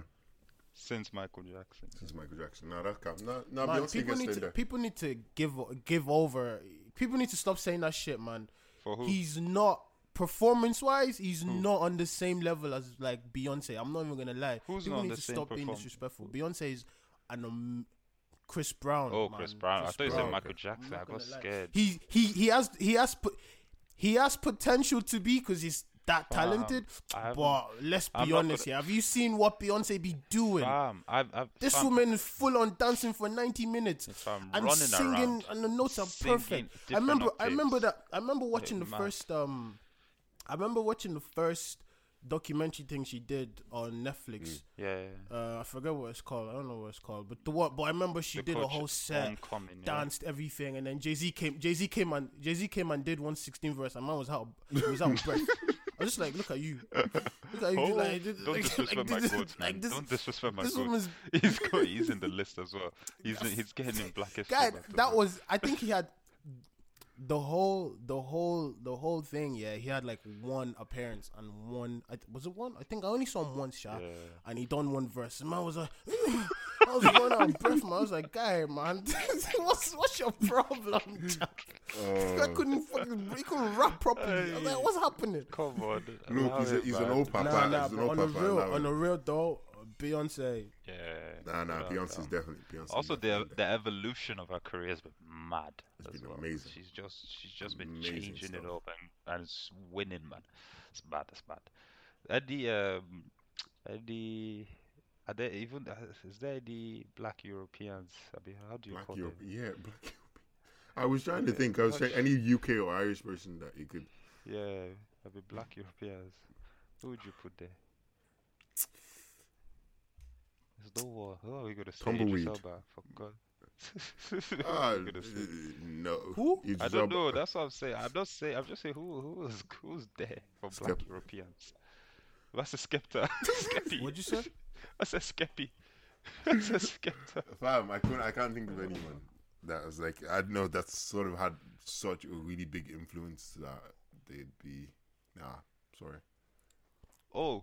Since Michael Jackson. Since Michael Jackson. Nah, that can't. Nah, nah Man, Beyonce people gets need in to there. people need to give give over. People need to stop saying that shit, man. For who? He's not performance wise. He's not on the same level as like Beyonce. I'm not even gonna lie. Who's people not on need to the same stop being perform- disrespectful. Beyonce is an um, Chris Brown. Oh, man. Chris Brown. I thought you Brown, said okay. Michael Jackson. I got scared. He he he has he has put he has potential to be because he's that Fam, talented. I haven't- But let's be I'm not honest here. Have you seen what Beyonce be doing? Bam. I've, I've, This fam, woman is full on dancing for 90 minutes fam, and running singing, around, and the notes are singing perfect. I different remember, I remember octaves. that. I remember watching the mad. first. Um, I remember watching the first documentary thing she did on Netflix. Yeah. yeah. Uh, I forget what it's called. I don't know what it's called, but the what? But I remember she The did a culture- whole set, Homecoming, yeah. danced everything, and then Jay Z came. Jay Z came and Jay Z came and did one sixteen verse, and man was out. He was out of breath. I was just like, look at you, look at you, Oh, like, don't like- disrespect like my this- goats, man. like this- don't disrespect my this goats. woman's- He's, got, he's in the list as well. He's, he's getting in blackest. God, that was. I think he had the whole, the whole, the whole thing. Yeah, he had like one appearance and one. I, was it one? I think I only saw him once, yeah. And he done one verse. Man was like, I was going out of breath, man. I was like, guy, man, what's what's your problem, Jack? Oh. I couldn't fucking, he couldn't rap properly. I was like, what's happening? Come on. Look, allow he's, a, it, he's an man. old papa. Nah, nah, he's an but old on a papa. real, allow on it. a real though, Beyonce. Yeah. Nah, nah, Well Beyonce's done. definitely Beyonce's Also, the definitely the evolution of her career has been mad. It's as been well. amazing. She's just she's just been Amazing changing it stuff. up and, and it's winning, man. It's bad. It's bad. Eddie, um, Eddie, are there even uh, is there any black Europeans? I mean, how do you black call Europe. them? Yeah, black Europe. I was trying to think. I was saying any UK or Irish person that you could. Yeah, I mean, black Europeans. Who would you put there? There's no one. Who are we gonna say? Idris Tumbleweed. Elba, for God. Who Ah, are we gonna say? no. Who? Idris I don't Elba. know. That's what I'm saying. I'm not saying. I'm just saying who who is who's there for black Skep- Europeans. That's a Skepta. Skeppy. What'd you say? That's a Skeppy. That's a Skepta. Fam, I couldn't. I can't think of anyone that was like. I don't know. That sort of had such a really big influence that they'd be. Nah, sorry. Oh,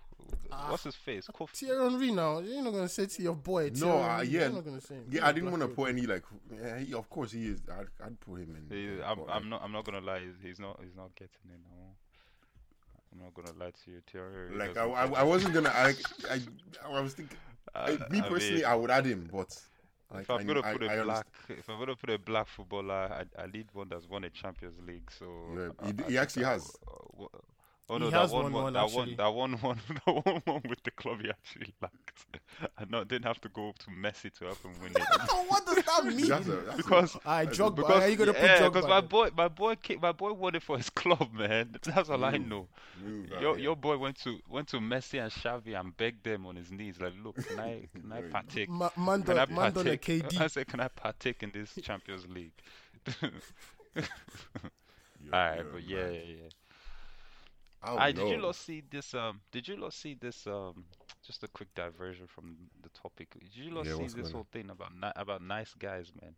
what's his face? Kof- Thierry Henry now. You're not gonna say to your No, boy. Thierry I, Henry, yeah, You're not gonna say him. yeah. I didn't want to put any like. Yeah, he, of course he is. I'd, I'd put him in. He- in I'm, pot, I'm like- not. I'm not gonna lie. He's, he's not. He's not getting it. No. I'm not gonna lie to you, Thierry. Like I, I, I wasn't gonna. I, I, I was thinking. Uh, I, me personally, I would add him, but like, if I'm I- gonna I- put a I black, understand- if I'm gonna put a black footballer, I, I need one that's won a Champions League. So Yeah, I- he d- I he think actually I has. w- uh, Oh He no, has that one, won one, one, that actually. one, that one, one, that one, one with the club he actually lacked. I not didn't have to go up to Messi to help him win it Oh, what does that mean? That's a- that's a- because. I Drogba. Because, are you gonna yeah, put because my Drogba? boy, my boy, ki- my boy won it for his club, man. That's all I know. move out Your here. your boy went to went to Messi and Xavi and begged them on his knees, like, look, can I can I partake? Ma- man Can I done- man done a partake? I KD. said, can I partake in this Champions League? You're- Alright, you're but yeah, mad. yeah, yeah. I Aye, don't did you know. lot see this? Um, did you lot see this? Um, just a quick diversion from the topic. Did you lot Yeah, see what's this going on? whole thing about ni- about nice guys, man?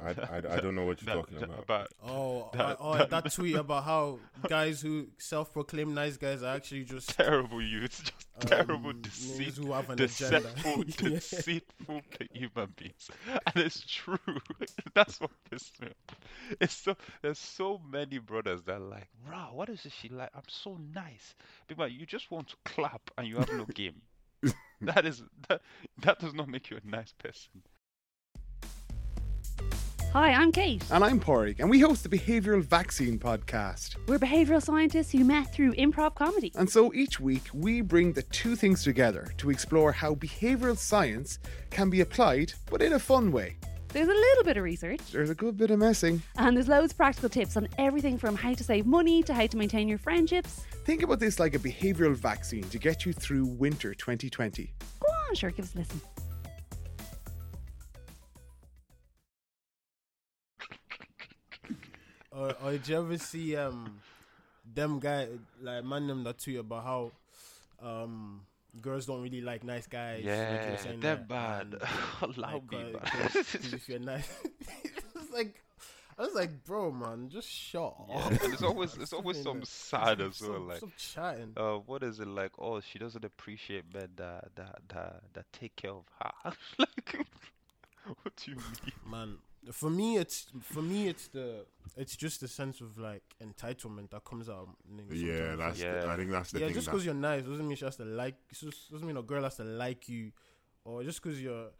I, I, I don't know what you're talking about. Oh, That- that, oh, that, tweet about how guys who self-proclaim nice guys are actually just terrible youths, just terrible um, niggas deceit, who have an agenda. deceitful, Yeah. deceitful human beings, and it's true. That's what pissed me. off. It's so there's so many brothers that are like, rah, what is it she like? I'm so nice, but man, you just want to clap and you have no game. that is that, that does not make you a nice person. Hi, I'm Kate. And I'm Porrig, and we host the Behavioural Vaccine Podcast. We're behavioral scientists who met through improv comedy. And so each week, we bring the two things together to explore how behavioural science can be applied, but in a fun way. There's a little bit of research, There's a good bit of messing. and there's loads of practical tips on everything from how to save money to how to maintain your friendships. Think about this like a behavioural vaccine to get you through winter 2020. Go on, sure, give us a listen. or, or did you ever see um them guy like man them that tweet about how um girls don't really like nice guys? like you were Yeah, saying Um, they're that, bad. and, Allow like, me, uh, man. 'cause- 'cause if you're nice, it's like I was like, bro, man, just shut Yeah, up. and there's always- man. there's always Stop some doing that. sad as Stop- well, like- stop chatting. uh, what is it like? Oh, she doesn't appreciate men that that that, that take care of her. like, what do you mean? man for me it's for me it's the it's just the sense of like entitlement that comes out of niggas Yeah, sometimes. that's. The, Yeah. I think that's the yeah thing. just that- because you're nice doesn't mean she has to like it's just- doesn't mean a girl has to like you or just because you're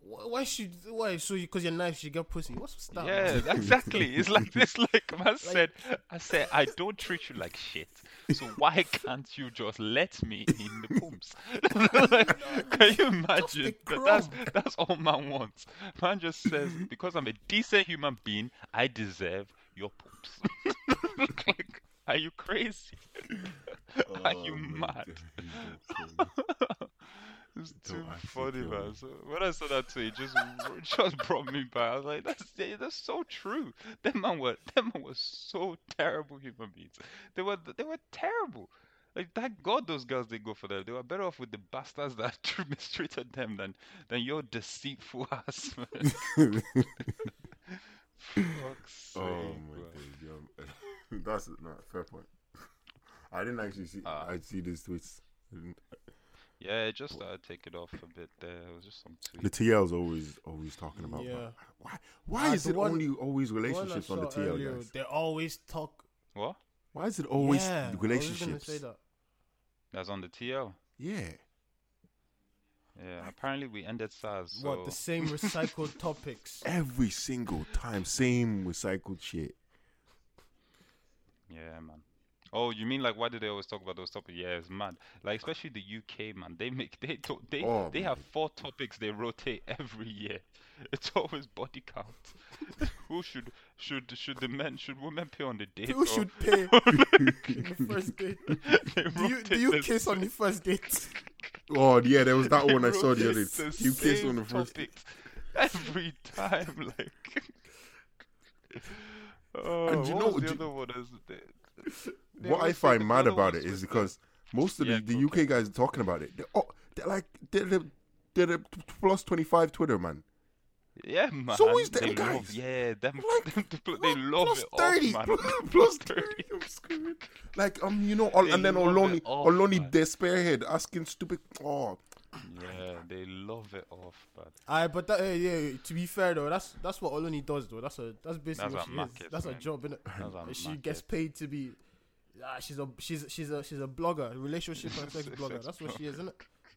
wh- why should why so because you, are nice you get pussy what's what's that yeah, man? exactly. It's like this. Like man said, I said I don't treat you like shit. So why can't you just let me in the pooms? Like, can you imagine? That- that's crumb. that's all man wants. Man just says because I'm a decent human being, I deserve your poops. like, are you crazy? Are you Oh my mad? God. It's Don't too actually funny, kill man. me. So when I saw that tweet, it just it just brought me back. I was like, that's yeah, that's so true. That man were that man was so terrible human beings. They were they were terrible. Like thank God those girls didn't go for them. They were better off with the bastards that mistreated them than than your deceitful ass, man. Fuck's sake, Oh my man. days, yo. That's not fair point. I didn't actually see. Ah. I see these tweets. I didn't- Yeah, it just started taking off a bit there. It was just some tweet. The TL's always always talking about. Yeah. Why? Why Ah, is the it one- only always The one I relationships on the saw TL earlier, guys? they always talk What? Why is it always yeah, I was gonna relationships? say that. That's on the TL. Yeah. Yeah, apparently we ended SARS. So... what the same recycled topics Every single time, same recycled shit. Yeah, man. Oh, you mean like why do they always talk about those topics? Yeah, it's mad. Like especially the UK, man. They make they to- they Oh, they man. have four topics they rotate every year. It's always body count. Who should should should the men should women pay on the date? people or- should pay the first date they do you, do rotate you the- kiss on the first date God, Oh, yeah, there was that they one I saw the other. rotate day. the You kissed on same the first. topics every time. Like, oh, And you what know- was the do- other one? Is the- they what I always take find the mad other about ones it is with the- because most of Yeah, the, the go UK guys are talking about it. They're, all, they're like they're the, they're the plus twenty five Twitter man. Yeah, man. So is them they love, guys. yeah, them, Like, them people- they Plus- love plus it thirty, off, man. plus thirty. I'm screaming. Like um, you know, Ol- They and then love it Oloni, off, man. Oloni, their spearhead asking stupid. Oh, Yeah, they love it off, but Aye, but that, uh, yeah, to be fair though, that's that's what Oloni does though. That's a that's basically what That's what she Mac is. is, That's a man. job, That's what innit? She Mac gets is. paid to be. Ah, she's a she's she's a she's a blogger, relationship and sex Sex blogger. That's what she is, innit?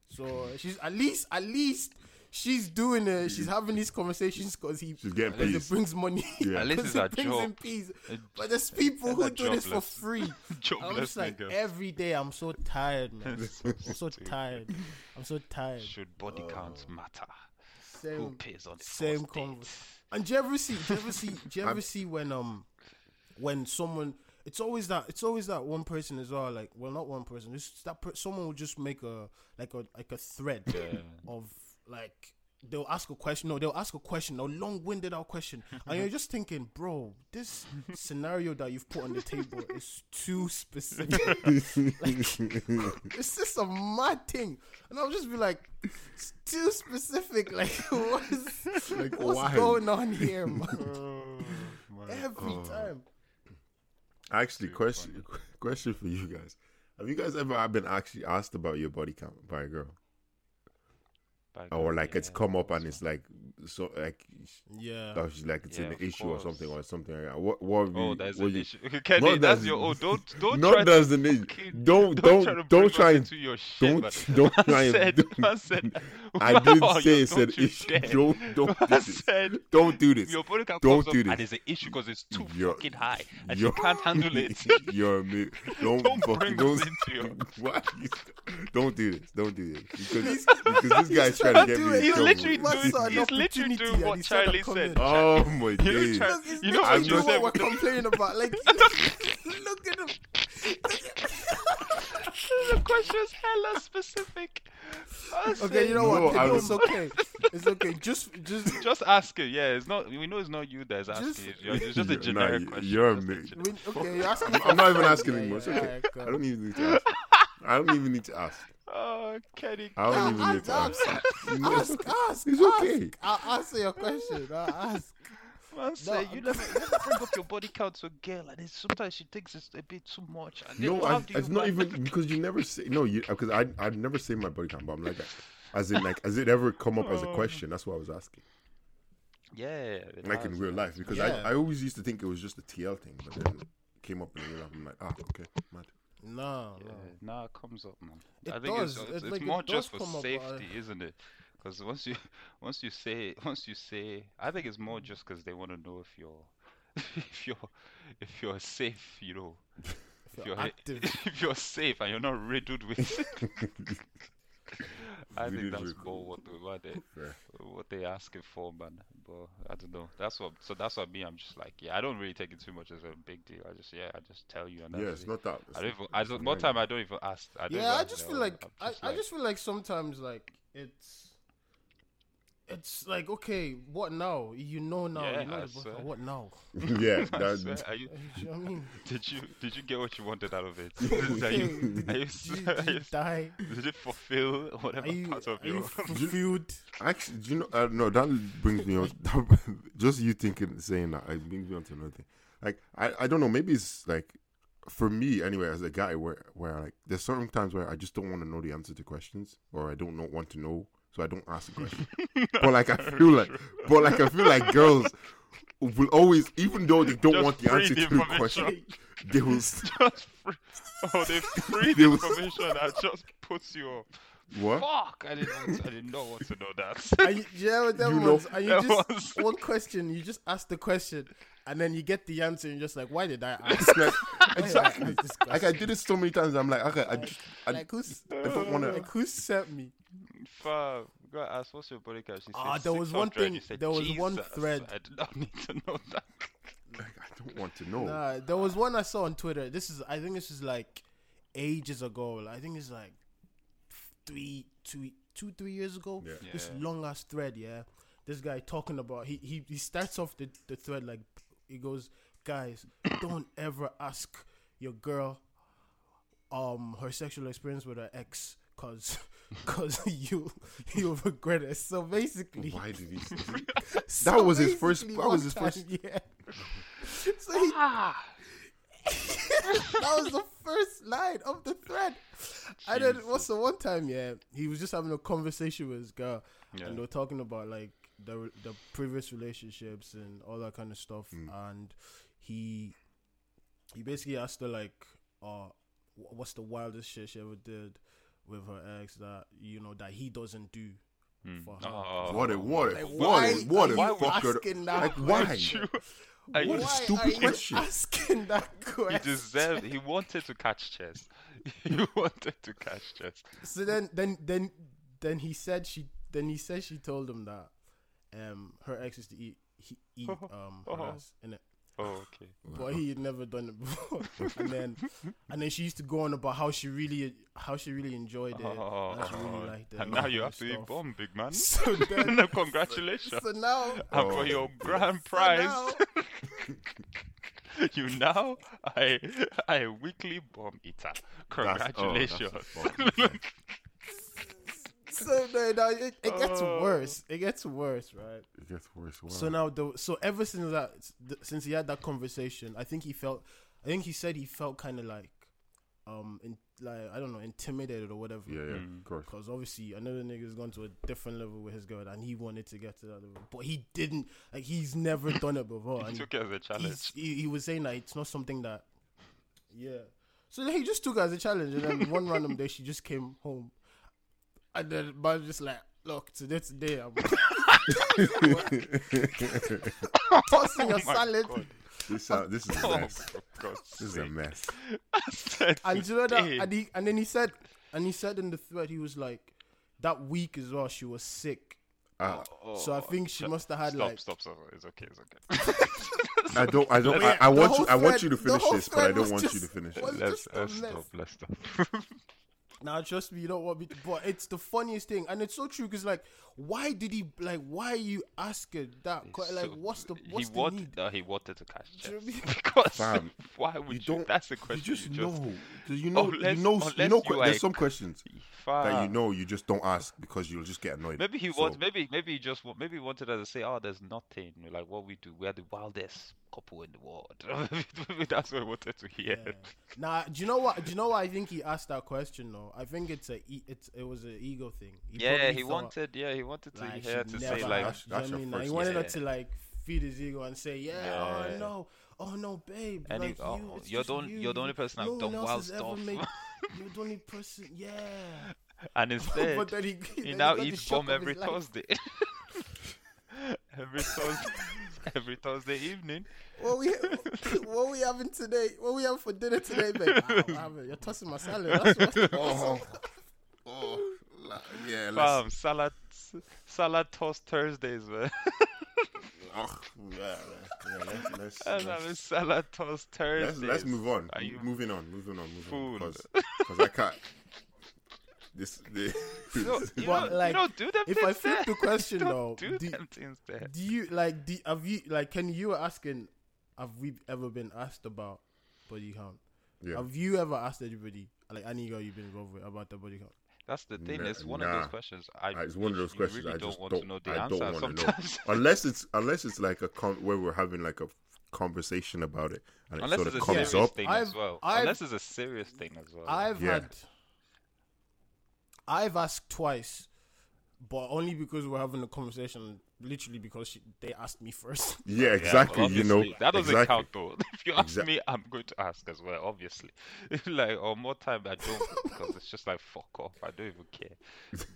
So she's at least at least she's doing it. She's having these conversations because he she's getting because it peace. brings money. Yeah. At least 'Cause it's it a brings job. in peace. A But there's people who That's a do this for jobless- free. I'm jobless just like nigga. every day. I'm so tired, man. So I'm so stupid. tired. I'm so tired. Should body counts Oh. matter? Who Same. pays on the same first date? convers- And do you ever see? Do you ever see? Do you ever see when um, when someone? It's always that. It's always that one person as well. Like, well, not one person. It's that per- someone will just make a like a like a thread Yeah. of like they'll ask a question. No, they'll ask a question, a long-winded out question, and you're just thinking, bro, this scenario that you've put on the table is too specific. like, it's just a mad thing, and I'll just be like, it's too specific. Like, what's, Like, what's why? Oh, going on here, man? Every time. Actually, question question for you guys: Have you guys ever been actually asked about your body count by a girl, By or God, Oh, like it's yeah. come up and it's like so like Yeah. that she's like it's Yeah, an of issue or something course. or something like that? What what? Have you, Oh, that's what an you- issue. Kenny, that's that's- your oh, don't don't not try that's to an issue. fucking- Don't- don't- try to don't bring try us and- into your shit, don't- man. don't Man try and- said, don't- man said, I did wow, not say yo, it's an don't you issue. dare. Don't don't do Man this. said, Don't do this. Your body count Don't comes up do and this. it's an issue because it's too You're- fucking high and you're- you can't handle it. you're ama- Don't, Don't fucking bring don't. us into your- Why you- don't do this. Don't do this because, because this guy's trying, trying to get me. in to do it. He's trouble. literally What's doing, an he's literally opportunity doing and what he said, Charlie "Come said. in." Oh my You know, days. try- Because it's You know I'm what literally you just- what said. we're complaining about. Like, look at him. the question is hella specific. I Okay, said, you know No, what? I People, was- it's okay. It's okay. Just, just. Just ask it. Yeah, it's not. We know it's not you that's asking. Just- it. You're- It's just a Nah, generic you- question. you're just a amazing. generic- We, okay, you're asking. I'm not even for- asking Yeah, anymore. It's yeah, okay. yeah, I don't even need to ask. I don't even need to ask. Oh, Kenny. I I'll don't even need ask, to ask. No, it's ask, okay. ask, It's ask. okay. I'll answer your question. I'll ask. Man, say I'm- you never, you never bring up your body count to a girl, and it's, sometimes she thinks it's a bit too much. And then No, how I, do you it's not manage- even because you never say no. You because I I never say my body count, but I'm like, as in like, has it ever come up as a question? That's what I was asking. Yeah, it like in has, real man. life because Yeah. I, I always used to think it was just a TL thing, but then it came up in real life. I'm like, ah, okay, mad. No, Yeah, no. nah, it comes up, man. It I think does, it's, it- it's, it's like, it more does just for come up, uh, but I- safety, isn't it? Because once you once you say once you say, I think it's more just because they want to know if you're if you're if you're safe, you know, if you're you're he- active. if you're safe and you're not riddled with. I think Riddled that's with- more what they what they Fair. what they asking for, man. But I don't know. That's what. So that's what me. I'm just like, yeah. I don't really take it too much as a big deal. I just yeah. I just tell you and that's Yeah, it's it. not that. it's I don't even. not- I it's don't. not More that. time. I don't even ask. I don't even Yeah, I ask just at feel all. like I'm I, just I like- just feel like sometimes like it's it's like okay, what now? You know now, Yeah, you know I the boss, swear. what now? yeah, I swear, that, are you, You know what I mean? did you did you get what you wanted out of it? Are you, are you, Did you, are did you you, die? did it fulfill whatever Are you, part are of you your? fulfilled? actually, do you know? Uh, no, that brings me on. just you thinking, saying that, it brings me on to another thing. Like, I, I don't know. Maybe it's like, for me anyway, as a guy, where where like, there's certain times where I just don't want to know the answer to questions, or I don't know, want to know, so I don't ask a question. but like, I feel like, but like, I feel like girls will always, even though they don't Just want the free answer the to the information. question, they will. s- Just free, oh, they freed They was- information that just puts you off. What? Fuck! I didn't. Want, I did not want to know Are that. you, yeah, with them You know- ones, and you That just was- one question, you just ask the question, and then you get the answer, and you're just like, why did I ask? It's like- exactly. That's Like I did it so many times. I'm like, okay, I just, I, Like who's I don't want to. like who sent me? Fuck! God, asked what's your body count. She said Ah, there was one 600. thing- You said, there was one "Jesus, thread." I did not need to know that. Like I don't want to know. Nah, there was one I saw on Twitter. This is, I think this is like ages ago. Like, I think it's like three, two, two, three years ago. Yeah. This Yeah. long ass thread, yeah. This guy talking about he he, he starts off the, the thread like he goes, guys, don't ever ask your girl um her sexual experience with her ex cause cause you you'll regret it. So basically Why did he? so That was his first- basically that was one his time, first- Yeah. So he, Ah, that was the first line of the thread. And then what's the one time? Yeah, he was just having a conversation with his girl, Yeah. and they were talking about like the the previous relationships and all that kind of stuff. Mm. And he he basically asked her like, uh, wh- what's the wildest shit she ever did with her ex that you know that he doesn't do for her? Oh. What a what a Like, what a what a why are you fucker! asking that Like why? question? Are What a you- Why stupid are you question. asking that He question? deserved. He wanted to catch chess. He wanted to catch chess. so then then then then he said she then he Uh-huh. said she told him that um her ex is to eat he eat um her ass, innit? Oh, okay. but he had never done it before. and then, and then she used to go on about how she really, how she really enjoyed it, Oh, and she really liked it. and now you and have to eat stuff. Oh. bomb, big man. So then, Congratulations. so now, and for your grand prize, you now I I a weekly bomb eater. oh, Congratulations. so then, now it, it gets Oh. worse. It gets worse, right? It gets worse. Wow. So now, the, so ever since that, th- since he had that conversation, I think he felt, I think he said he felt kind of like, um, in, like I don't know, intimidated or whatever. yeah, yeah, Mm. of course. Because obviously another nigga's gone to a different level with his girl, and he wanted to get to that level, but he didn't. Like he's never done it before. He and took it as a he's- challenge. he, he was saying that it's not something that, yeah. So then he just took it as a challenge, and then one random day she just came home, and then man just like, look, today today I'm tossing a salad, Oh God. This, sound- this is a Oh, mess. for God's This is a sake. mess. I said and you know that, today. and he, and then he said, and he said in the thread he was like, that week as well she was sick. I, So I think she must have had Oh, stop, like stop, stop, stop. It's okay, it's okay. I don't. I don't. I, I the want. You, whole I want thread- you to the finish whole this, but I thread don't was want you to just- finish was- it. let's, just a let's mess. stop, let's stop. Now, trust me, you don't want me. To, but it's the funniest thing, and it's so true. Cause like, why did he? Like, why are you asking that? It's que- Like, so- what's the what's he the wanted, need? uh, he wanted to catch Do you chess. know what I mean? because Fam, why would you? don't- that's the question. You just know. 'Cause Oh, you know. Unless- you know. You unless know. you que- are there's a- some questions that you Fam. know you just don't ask because you'll just get annoyed. Maybe he So, wants. Maybe maybe he just. wa- Maybe he wanted us to say, "Oh, there's nothing. Like what we do. We are the wildest couple in the world." Maybe that's what he wanted to hear. Yeah. Now, do you know what? Do you know why I think he asked that question? Though I think it's a e- it's it was an ego thing. He Yeah, probably he thought, wanted. Yeah, he wanted to like, hear she'd to never say like, That's- ask, that's you know what I your mean? Like, he first wanted her mistake. to like feed his ego and say, yeah, Yeah. oh no, oh no, babe, Any- like oh, you, oh, it's you're just the on- you. you're the only you- person I've no one done else wild has ever stuff." made- you're the only person, yeah. and instead but then he, then he he now got the eats shock bomb of every his life. Thursday. every Thursday, every Thursday evening. What we what we having today? What we having for dinner today, babe? Ah, I'm having- you're tossing my salad. That's what, Oh. Oh. la- Yeah. Let's, Fam, salad, salad toast Thursdays, man. oh, yeah, yeah, let's, let's, I'm let's- having salad toast let's, Thursdays. let's move on. Are you- moving on? Moving on. Moving on. Fool. Because I can't. This. The, No, you, But, don't, you like, don't do them if things I flip there. the question, You though, don't do do- them things there. do you like? Do, have you like? Can you were asking? Have we ever been asked about body count? Yeah. Have you ever asked anybody like any girl you've been involved with about the body count? That's the thing. Nah, It's one of nah. those questions. I, Uh, it's one of you- those you questions really I just don't want don't. to know the I answer don't want to know sometimes. unless it's unless it's like a con- where we're having like a conversation about it and it Unless sort it's of a comes serious up. thing I've- as well. I've- Unless it's a serious thing as well. I've Uh, Yeah. had. I've asked twice, but only because we're having a conversation. Literally because she, they asked me first. Yeah, Yeah, exactly. well, you know, obviously, that doesn't exactly. count though. If you ask Exact- me, I'm going to ask as well, obviously. like, or more time I don't because it's just like fuck off. I don't even care.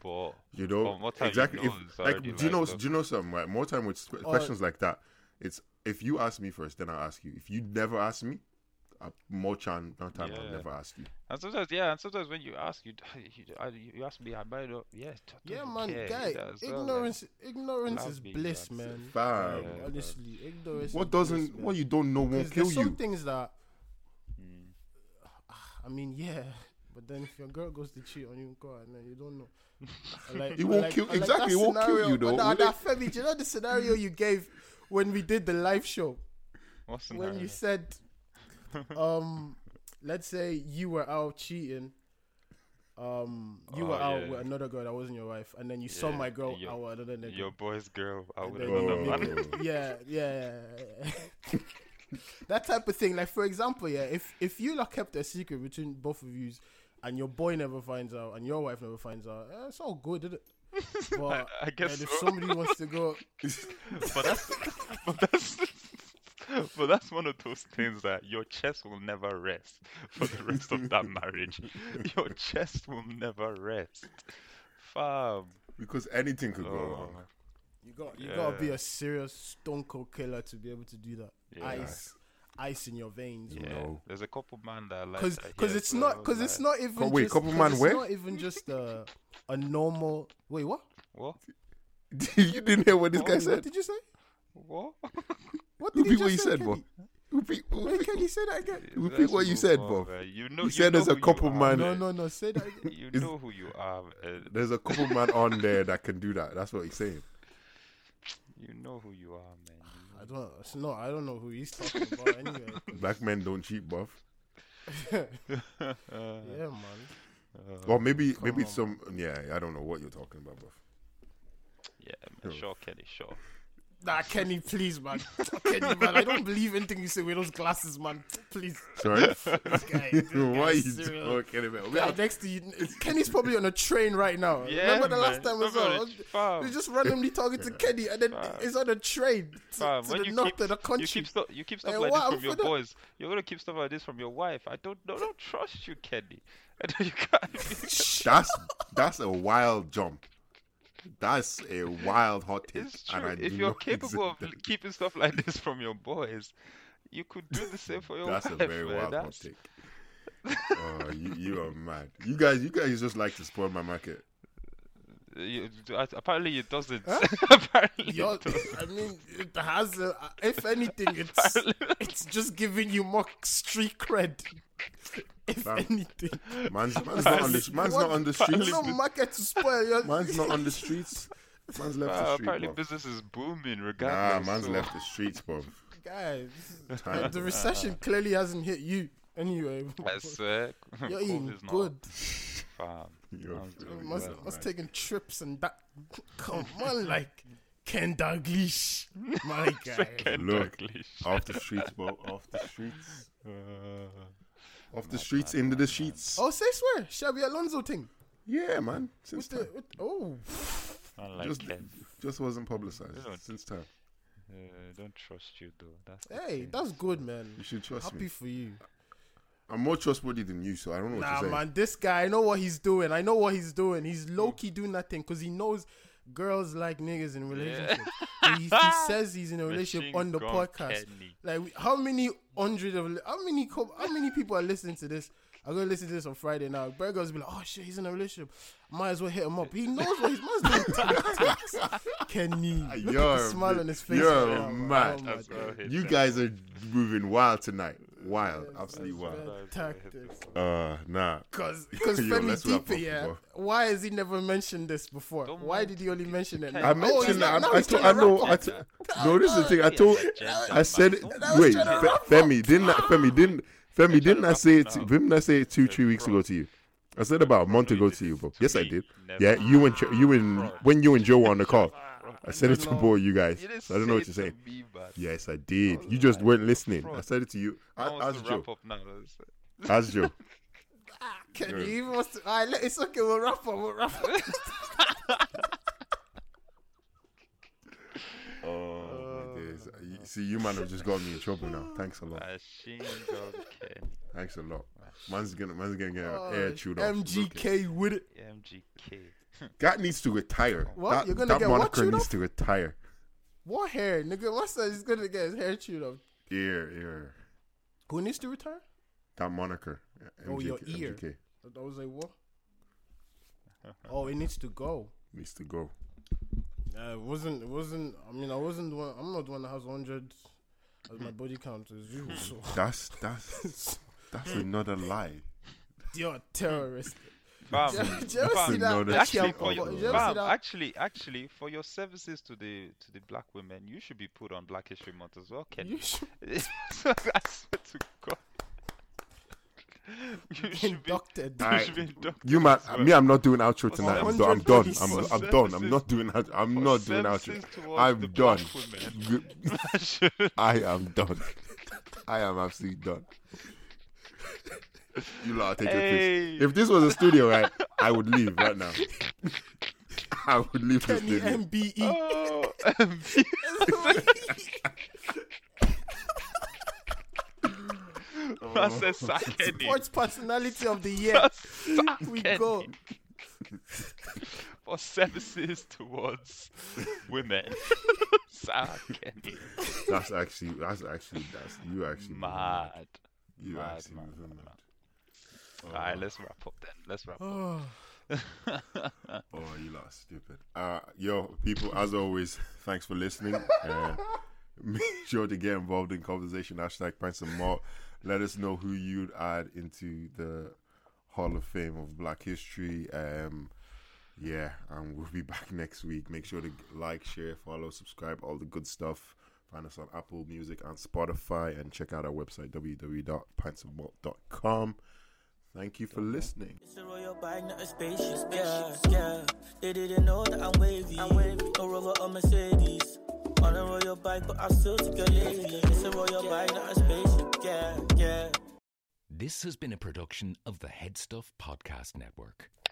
But You know, or more time exactly. You know, if, it's like, already do you know? look, Do you know something? Right? More time with squ- questions like that. It's if you ask me first, then I will ask you. If you never ask me, uh, more chan, more time I'll Yeah. never ask you. and sometimes, yeah, and sometimes when you ask, you you, I- you ask me, I might not. Yeah, I don't Yeah, even man, care guy, either as well, like, ignorance, ignorance love is being bliss, bad. man. Fam. Like, Yeah. honestly, ignorance. What is doesn't? bliss, What man. you don't know 'Cause won't kill there's you. some things that. Hmm. ah, I mean, yeah, but then if your girl goes to cheat on you, God, man, you don't know. I Like, It I won't like- kill- I like exactly, that it won't kill scenario- you, I though, know- I will know, it? Femi, do you know the scenario you gave when we did the live show What's in when her- you said, um, let's say you were out cheating. Um, you were Oh, out yeah. with another girl that wasn't your wife, and then you saw my girl and your- out with another nigga. your boy's girl? I would then have you known make that, it- man. yeah, yeah. that type of thing. Like for example, yeah, if if you like kept a secret between both of you, and your boy never finds out, and your wife never finds out, eh, it's all good, isn't it? But I guess man, if so. somebody wants to go, but that's but that's but that's one of those things that your chest will never rest for the rest of that marriage. Your chest will never rest. Fam. because anything could go Oh, wrong. you got you gotta be Yeah. a serious stone cold killer to be able to do that. Yeah. Ice, ice in your veins. yeah. No. There's a couple man that I like Cause, that, cause yeah, it's so not, cause like, it's not even. Co- wait, just, couple 'cause man it's where? Not even just a, a normal. Wait, what? what you didn't hear what this guy Wait, what said. did you say? what What did Repeat he what just you say, said, boy. Kenny? repeat, Wait, repeat, can you say that again? repeat what you move said, on, Bob. man. You know, You said know there's a who you couple are. man- No, no, no. Say that again. You Is- know who you are. Uh, There's a couple man on there that can do that. That's what he's saying. you know who you are, man. You know- I don't. No, I don't know who he's talking about. Anyway. Black men don't cheat, buff. Uh-huh. Yeah, man. Or maybe maybe it's some yeah, I don't know what you're talking about, buff. Yeah, man. Sure, Kelly. Sure. Nah, Kenny, please, man. Kenny, man. I don't believe anything you say with those glasses, man. Please. Sorry. This guy. This Why are guy's you serious. talking about? We Guy have- next to you, Kenny's probably on a train right now. Yeah, Remember the man. last time as Remember well? it, fam. We We're just randomly talking to Kenny, and then Fam. he's on a train to, Fam, to when the you north keep, of the country. You keep, stu- you keep stuff Hey, like what? this I'm from your fed up. boys. You're gonna keep stuff like this from your wife. I don't, I don't trust you, Kenny. I don't, you can't. That's that's a wild jump. That's a wild hot take. It's true. I If do you're not capable of accept that. keeping stuff like this from your boys, you could do the same for your that's a wife. very man. wild hot That's- take. Oh, you, you are mad. You guys, you guys just like to spoil my market. uh, you- uh, apparently it doesn't. apparently, it You're, doesn't. I mean, it has. A, if anything, it's it's just giving you more street cred. If Fam. anything, Man's, man's not on the man's not on the streets. There's no market to spoil. You're, Man's not on the streets. Man's left Ah, the street. apparently bro. business is booming. Nah, Regardless, man's so- left the streets, bro. guys. the- the recession clearly hasn't hit you anyway. I swear, You're COVID eating is not good. fam. You're Man's really doing Must well. must taking trips and that. Come on, like Ken Dalglish, my guy. Look, English. off the streets, bro. Off the streets. Uh, Off the streets, into the sheets. Oh, say swear, Shabby Alonso thing. Yeah, man. Since With the, time. with, oh, I like Just, Ken. just wasn't Really? publicized since time. Uh, don't trust you though. That's Eh, the hey, thing. that's good, man. You should trust Happy me. for you. I'm more trustworthy than you, so I don't know what Nah, you're saying. man, this guy, I know what he's doing. I know what he's doing. He's low key doing nothing because he knows girls like niggas in relationships. he, he says he's in a relationship Machine on the Gun podcast. Kelly. Like, we- how many hundred of how many co- how many people are listening to this? I'm gonna listen to this on Friday now. Bear girls be like, oh shit, he's in a relationship. Might as well hit him up. He knows what he's must doing. Kenny, look at You're the smile on his face. you're right now, man. mad. Oh my That's what I God. hate You that. guys are moving wild tonight. Wild, absolutely wild. Bad tactics. Uh, nah. Cause, cause Yo, Femi let's wrap Dipe, up, yeah. bro. Why has he never mentioned this before? Don't Why mind. did he only mention it? I now? mentioned Oh, he's that. not- now I, I, he's told, I trying to know. wrap I up. t- no, this is the thing. I told. I said. Wait, Fe- Femi, didn't I, Femi didn't Femi didn't I say it? Didn't I say it two, three weeks ago to you? I said about a month ago to you, bro. Yes, I did. Yeah, you and Ch- you and when you and Joe were on the call, I said it to both of you guys. You didn't So I don't know say what you're it to saying. me, man. Yes, I did. You just weren't listening. I said it to you. I I- want As to wrap Joe. up now. let's- As Joe. Can you even wants to? All right, it's okay. We'll wrap up. We'll wrap up. Oh, my days. You- See, you man have just got me in trouble now. Thanks a lot. Machine Gun Kelly. Thanks a lot. Man's gonna, man's gonna get Oh, air chewed off. MGK with it. MGK. That needs to retire. What? That, You're gonna that get what moniker chewed needs off? to retire. What hair, nigga? What's that? He's gonna get his hair chewed up. Ear, ear. Who needs to retire? That moniker. Oh, your MGK, ear. MGK I was like, what? Oh, it needs to go. needs to go. Uh, it wasn't. It wasn't. I mean, I wasn't the one. I'm not the one that has 100 as my body count as you. So That's that's that's another lie. you're a terrorist. Fam, Do you- do you ever fam, see that? no, oh, that's Actually, Actually, for your, you you ever see fam, that? actually, actually, for your services to the to the black women, you should be put on Black History Month as well, Kenny. You should So I swear to God, you be should be, inducted. Alright. you should be inducted. You man, as well. me, I'm not doing outro tonight. I'm, do, I'm done. I'm, 100 I'm done. I'm not doing. Outro. I'm For not doing services outro. towards the I'm black done. women. G- I should- I am done. I am absolutely done. You lot, are taking Hey. a piss. If this was a studio, right, I would leave right now. I would leave the Kenny studio. MBE. Oh, MG. Man said, "Sack Kenny." Sports personality of the year. Sack We Kenny. go. for services towards women. Sack Kenny. That's actually. That's actually. That's you actually. moving mad. Mad. You mad, actually. mad, moving mad. Alright, let's wrap up then. Let's wrap up. Oh, you lot are stupid. Uh, yo, people, as always, thanks for listening. Uh, Make sure to get involved in conversation. Hashtag pints and malt. Let us know who you'd add into the Hall of Fame of Black History. Um, yeah, and we'll be back next week. Make sure to like, share, follow, subscribe, all the good stuff. Find us on Apple Music and Spotify, and check out our website www.pintsandmalt.com. Thank you for listening. It's a royal bike, not a spaceship. Yeah, yeah. They didn't know that I'm wavy. I'm wavy. A rover or Mercedes. On a royal bike, but I still took a lady. It's a royal bike, not a spaceship. Yeah, yeah. This has been a production of the Headstuff Podcast Network.